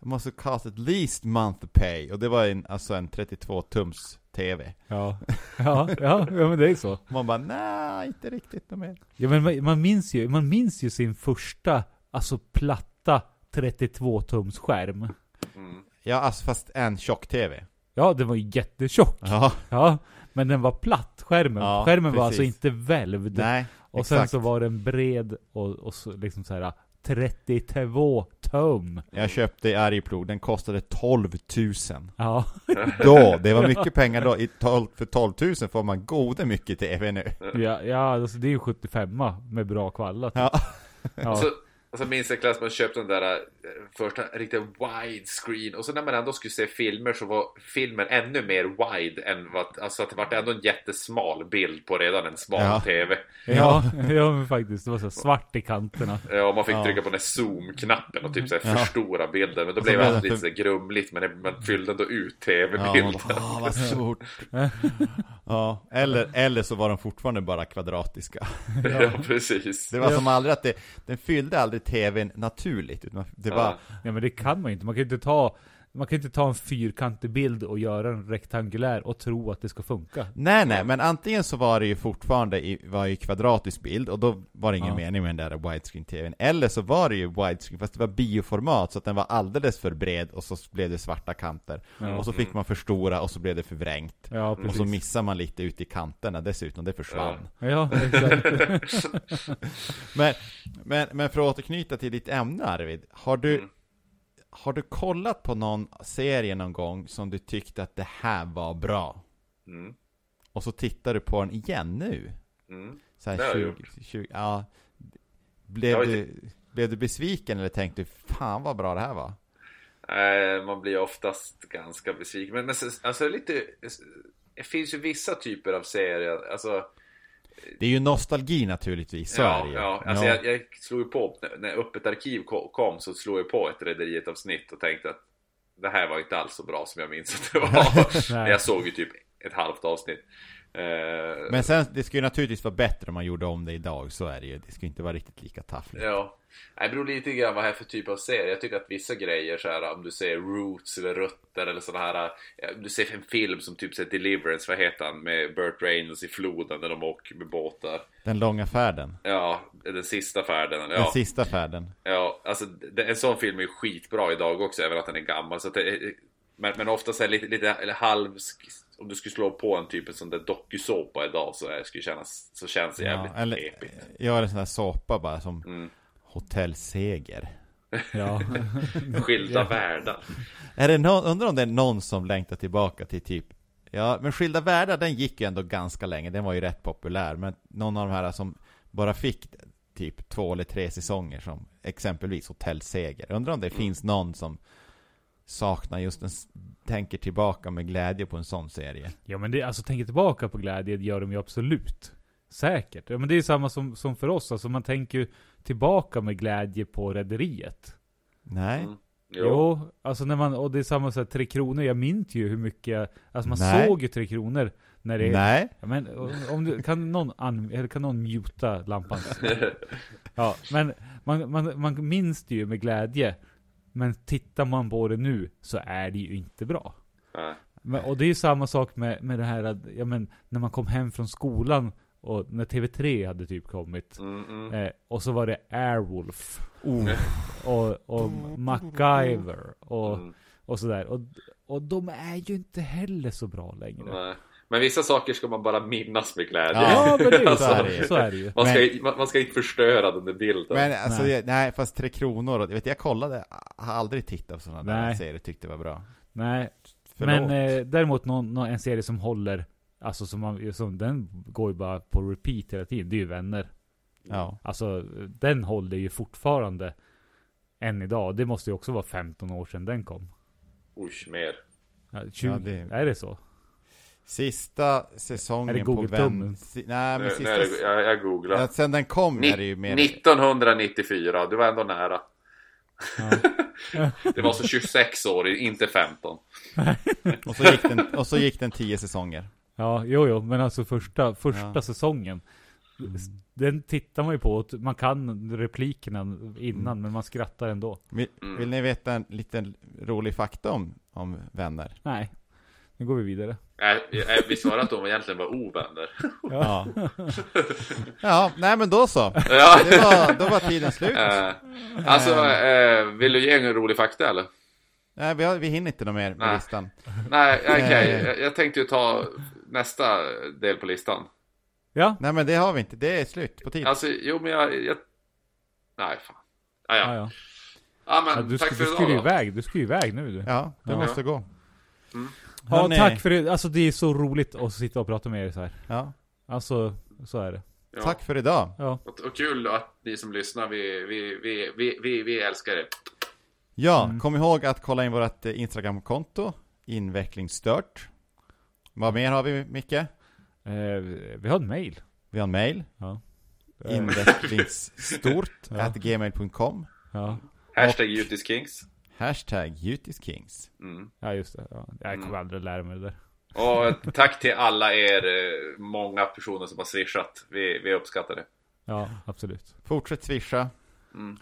[SPEAKER 1] Måste cost at least month pay Och det var en, alltså en 32-tums tv
[SPEAKER 2] ja, ja, ja, ja men det är så.
[SPEAKER 1] Och Man bara nej, inte riktigt något mer
[SPEAKER 2] Ja, men man, man, minns ju, man minns ju sin första, alltså platta 32-tumsskärm.
[SPEAKER 1] Ja, alltså fast en tjock-tv
[SPEAKER 2] Ja, den var ju jättetjock.
[SPEAKER 1] Ja,
[SPEAKER 2] Ja, men den var platt, skärmen.
[SPEAKER 1] Ja,
[SPEAKER 2] skärmen var
[SPEAKER 1] precis.
[SPEAKER 2] alltså inte välvd.
[SPEAKER 1] nej,
[SPEAKER 2] och sen
[SPEAKER 1] exakt
[SPEAKER 2] så var den bred och, och så liksom så här 32 tum.
[SPEAKER 1] Jag köpte i Arjeplog, den kostade 12 000
[SPEAKER 2] Ja,
[SPEAKER 1] Då, det var mycket pengar då I 12, För 12 000 får man goda mycket tv nu
[SPEAKER 2] ja, ja alltså det är ju 75 med bra kvalla. typ.
[SPEAKER 1] Ja,
[SPEAKER 2] Ja.
[SPEAKER 3] Så, och så minns jag i klass man köpte den där eh, första riktigt widescreen och så när man ändå skulle se filmer så var filmen ännu mer wide än vad, alltså att det vart ändå en jättesmal bild på redan en smal
[SPEAKER 1] Ja.
[SPEAKER 3] TV.
[SPEAKER 2] ja, ja men faktiskt. Det var så här svart i kanterna.
[SPEAKER 3] Ja, Eh, och man fick
[SPEAKER 1] Ja.
[SPEAKER 3] trycka på den här zoom-knappen och typ så här
[SPEAKER 1] Ja.
[SPEAKER 3] förstora bilden. Men då blev
[SPEAKER 1] blev
[SPEAKER 3] det
[SPEAKER 1] det
[SPEAKER 3] lite
[SPEAKER 1] för-
[SPEAKER 3] så här grumligt, men det- man fyllde ändå ut
[SPEAKER 1] Ja, man
[SPEAKER 3] tv-bilden.
[SPEAKER 1] bara, "Åh, vad stort. ja, eller, eller så var de fortfarande bara kvadratiska.
[SPEAKER 3] Ja, precis.
[SPEAKER 1] Det var som aldrig att det, den fyllde aldrig tvn naturligt. Utan det var,
[SPEAKER 2] Nej men det kan man ju inte. Man kan ju inte ta, man kan ju inte ta en fyrkantig bild och göra den rektangulär och tro att det ska funka.
[SPEAKER 1] nej nej, men antingen så var det ju fortfarande i, var i kvadratisk bild och då var det ingen
[SPEAKER 2] Ja.
[SPEAKER 1] mening med den där widescreen-tvn. Eller så var det ju widescreen, fast det var bioformat så att den var alldeles för bred och så blev det svarta kanter. Och så fick man förstora och så blev det förvrängt.
[SPEAKER 2] Ja,
[SPEAKER 1] Och
[SPEAKER 2] precis.
[SPEAKER 1] så missar man lite ute i kanterna dessutom, det försvann.
[SPEAKER 2] Ja, exakt.
[SPEAKER 1] Men, men, men för att återknyta till ditt ämne Arvid, har du,
[SPEAKER 3] Mm.
[SPEAKER 1] har du kollat på någon serie någon gång som du tyckte att det här var bra?
[SPEAKER 3] Mm.
[SPEAKER 1] Och så tittar du på den igen nu?
[SPEAKER 3] Mm.
[SPEAKER 1] Så här
[SPEAKER 3] Det har jag
[SPEAKER 1] 20, 20, ja. Blev,
[SPEAKER 3] Jag har
[SPEAKER 1] du, blev du besviken eller tänkte du fan vad bra det här var?
[SPEAKER 3] Eh, Man blir oftast ganska besviken. Men, men sen- alltså lite... Det finns ju vissa typer av serier, alltså...
[SPEAKER 1] Det är ju nostalgi naturligtvis, så är
[SPEAKER 3] Ja,
[SPEAKER 1] det ju.
[SPEAKER 3] ja. Alltså,
[SPEAKER 1] Ja.
[SPEAKER 3] Jag, jag slog ju på, när Öppet Arkiv ko- kom så slog jag på ett Rederiet-avsnitt och tänkte att det här var inte alls så bra som jag minns att det var. Men jag såg ju typ ett halvt avsnitt. Eh,
[SPEAKER 1] Men sen, det skulle ju naturligtvis vara bättre om man gjorde om det idag, så är det ju. Det skulle inte vara riktigt lika taffligt.
[SPEAKER 3] Ja. Det beror lite grann vad det är för typ av serie. Jag tycker att vissa grejer så här om du ser Roots eller Rötter eller sådana här. ja, om Du ser en film som typ säger Deliverance, vad heter han? Med Burt Reynolds i floden när de åker med båtar.
[SPEAKER 1] Den långa färden.
[SPEAKER 3] Ja, den sista färden. eller- Ja.
[SPEAKER 1] Den sista färden.
[SPEAKER 3] Ja, alltså det- en sån film är ju skitbra idag också, även att den är gammal. Så att det, men, men ofta så här lite, lite eller halv... Om du skulle slå på en typ en sån där dokusåpa idag så är, skulle kännas, så känns det jävligt Mm.
[SPEAKER 1] Ja, eller, eh,
[SPEAKER 3] episkt.
[SPEAKER 1] ja, eller sån där såpa bara som Hotell Seger.
[SPEAKER 2] Ja.
[SPEAKER 3] Skilda världar.
[SPEAKER 1] Är det någon, undrar om det är någon som längtar tillbaka till typ Ja, men Skilda Världar den gick ju ändå ganska länge, den var ju rätt populär Men någon av de här som bara fick typ två eller tre säsonger som exempelvis Hotell Seger Undrar om det
[SPEAKER 3] Mm.
[SPEAKER 1] finns någon som saknar just en, s- tänker tillbaka med glädje på en sån serie
[SPEAKER 2] Ja men det, alltså tänker tillbaka på glädje, det gör de ju absolut. Säkert. Ja men det är ju samma som, som för oss, alltså man tänker ju tillbaka med glädje på Rederiet.
[SPEAKER 1] Nej,
[SPEAKER 3] Mm.
[SPEAKER 2] Jo.
[SPEAKER 3] Jo.
[SPEAKER 2] alltså när man, och det är samma så här, Tre Kronor, jag minns ju hur mycket, jag- alltså man
[SPEAKER 1] Nej.
[SPEAKER 2] såg ju Tre Kronor när det
[SPEAKER 1] nej
[SPEAKER 2] Ja, men om- om du, kan någon, an, eller kan någon muta lampan? Ja, men man, man, man minns det ju med glädje. Men tittar man på det nu så är det ju inte bra.
[SPEAKER 3] Nej.
[SPEAKER 2] Men, och det är ju samma sak med, med det här att, ja men, när man kom hem från skolan och när TV3 hade typ kommit.
[SPEAKER 3] Mm, mm.
[SPEAKER 2] Eh, och så var det Airwolf.
[SPEAKER 3] Oh.
[SPEAKER 2] Och, och MacGyver och,
[SPEAKER 3] Mm.
[SPEAKER 2] och sådär. Och, och de är ju inte heller så bra längre.
[SPEAKER 3] Nej. Men vissa saker ska man bara minnas med glädje.
[SPEAKER 2] Ja, men det är ju
[SPEAKER 1] Alltså,
[SPEAKER 2] så, är det ju. så är det ju.
[SPEAKER 3] Man, ska, man, man ska inte förstöra den där bilden.
[SPEAKER 1] Men alltså,
[SPEAKER 2] Nej.
[SPEAKER 1] nej, nej fast Tre Kronor, och- jag vet jag kollade, har aldrig tittat på sådana där
[SPEAKER 2] Nej.
[SPEAKER 1] serier, tyckte det var
[SPEAKER 3] Mm.
[SPEAKER 1] bra
[SPEAKER 2] Nej,
[SPEAKER 1] Förlåt.
[SPEAKER 2] Men eh, däremot någon, någon, en serie som håller, alltså som, man, som den går ju bara på repeat hela tiden, det är ju Vänner.
[SPEAKER 1] Ja,
[SPEAKER 2] Alltså den håller ju fortfarande än idag. Det måste ju också vara 15 år sedan den kom.
[SPEAKER 3] Usch, mer.
[SPEAKER 2] Ja, 20,
[SPEAKER 1] Ja, det-
[SPEAKER 2] Är det så?
[SPEAKER 1] Sista säsongen
[SPEAKER 2] Är det
[SPEAKER 1] på
[SPEAKER 2] Google-tummen?
[SPEAKER 1] vem... Si... Nej men
[SPEAKER 3] Nu, nu
[SPEAKER 1] sista...
[SPEAKER 3] är det, jag, jag googlar.
[SPEAKER 1] Ja, sen den kom är det ju mer...
[SPEAKER 3] 1994, du var ändå nära.
[SPEAKER 2] Ja.
[SPEAKER 3] Det var alltså 26 år, inte 15.
[SPEAKER 1] Och, så gick den, och så gick den tio säsonger.
[SPEAKER 2] Ja, jo, jo, men alltså första, första
[SPEAKER 1] Ja.
[SPEAKER 2] säsongen. Mm. Den tittar man ju på, och man kan replikerna innan, men man skrattar ändå.
[SPEAKER 1] Vill,
[SPEAKER 3] Mm.
[SPEAKER 1] vill ni veta en liten rolig fakta om, om vänner?
[SPEAKER 2] Nej, nu går vi vidare.
[SPEAKER 3] Äh, äh, vi svarade att de egentligen var ovänner.
[SPEAKER 1] Ja. Ja, nej men då så.
[SPEAKER 3] Ja.
[SPEAKER 1] Det var, då var tiden slut.
[SPEAKER 3] Eh, alltså, eh, vill du ge en rolig fakta eller?
[SPEAKER 1] Nej, vi, har, vi hinner inte något mer på
[SPEAKER 3] Nej.
[SPEAKER 1] listan.
[SPEAKER 3] Nej, okej.
[SPEAKER 1] Eh.
[SPEAKER 3] Jag, jag tänkte ju ta nästa del på listan.
[SPEAKER 2] Ja,
[SPEAKER 1] Nej men det har vi inte, det är slut på tid.
[SPEAKER 3] Alltså, jo men jag... jag... Nej, fan. Ah,
[SPEAKER 2] ja,
[SPEAKER 3] ja.
[SPEAKER 2] ja.
[SPEAKER 3] ja,
[SPEAKER 2] ja
[SPEAKER 3] men
[SPEAKER 2] du,
[SPEAKER 3] tack
[SPEAKER 2] ska, du
[SPEAKER 3] för
[SPEAKER 2] ska ju
[SPEAKER 3] idag då.
[SPEAKER 2] iväg, du ska ju iväg nu du.
[SPEAKER 1] Ja, du
[SPEAKER 2] Ja.
[SPEAKER 1] måste gå.
[SPEAKER 2] Ja,
[SPEAKER 1] Hörni.
[SPEAKER 2] tack för det. Alltså det är så roligt att sitta och prata med er så här.
[SPEAKER 1] Ja.
[SPEAKER 2] Alltså, så är det.
[SPEAKER 3] Ja.
[SPEAKER 1] Tack för idag.
[SPEAKER 2] Ja.
[SPEAKER 3] Och, och kul att ni som lyssnar, vi, vi, vi, vi, vi, vi älskar er.
[SPEAKER 1] Ja, kom ihåg att kolla in vårt eh, Instagram-konto, invecklingsstört. Vad mer har vi, Micke?
[SPEAKER 2] Eh, vi har en mail.
[SPEAKER 1] Vi har en mail,
[SPEAKER 2] Ja.
[SPEAKER 1] invecklingsstort,
[SPEAKER 2] Ja.
[SPEAKER 1] at gmail.com,
[SPEAKER 2] Ja,
[SPEAKER 3] Hashtag Jutiskings.
[SPEAKER 1] hashtag Jutiskings.
[SPEAKER 2] ja just det. Ja. Jag
[SPEAKER 3] Mm.
[SPEAKER 2] kommer aldrig lära mig det där.
[SPEAKER 3] Och tack till alla er eh, många personer som har swishat. Vi, vi uppskattar det.
[SPEAKER 2] Ja, absolut.
[SPEAKER 1] Fortsätt swisha.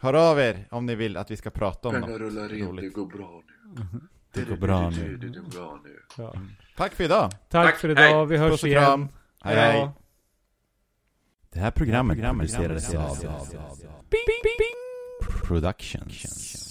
[SPEAKER 1] Hör av er om ni vill att vi ska prata om något.
[SPEAKER 3] rullar
[SPEAKER 1] in, roligt. det
[SPEAKER 3] går bra nu.
[SPEAKER 1] Det går bra nu.
[SPEAKER 3] Det går bra nu.
[SPEAKER 2] Ja.
[SPEAKER 1] Tack för idag.
[SPEAKER 2] Tack,
[SPEAKER 3] Tack,
[SPEAKER 2] för idag,
[SPEAKER 3] hej.
[SPEAKER 2] vi hörs
[SPEAKER 1] Puss och
[SPEAKER 2] igen.
[SPEAKER 1] kram. Hej, hej.
[SPEAKER 2] Ja.
[SPEAKER 1] Det här programmet producerades av Productions.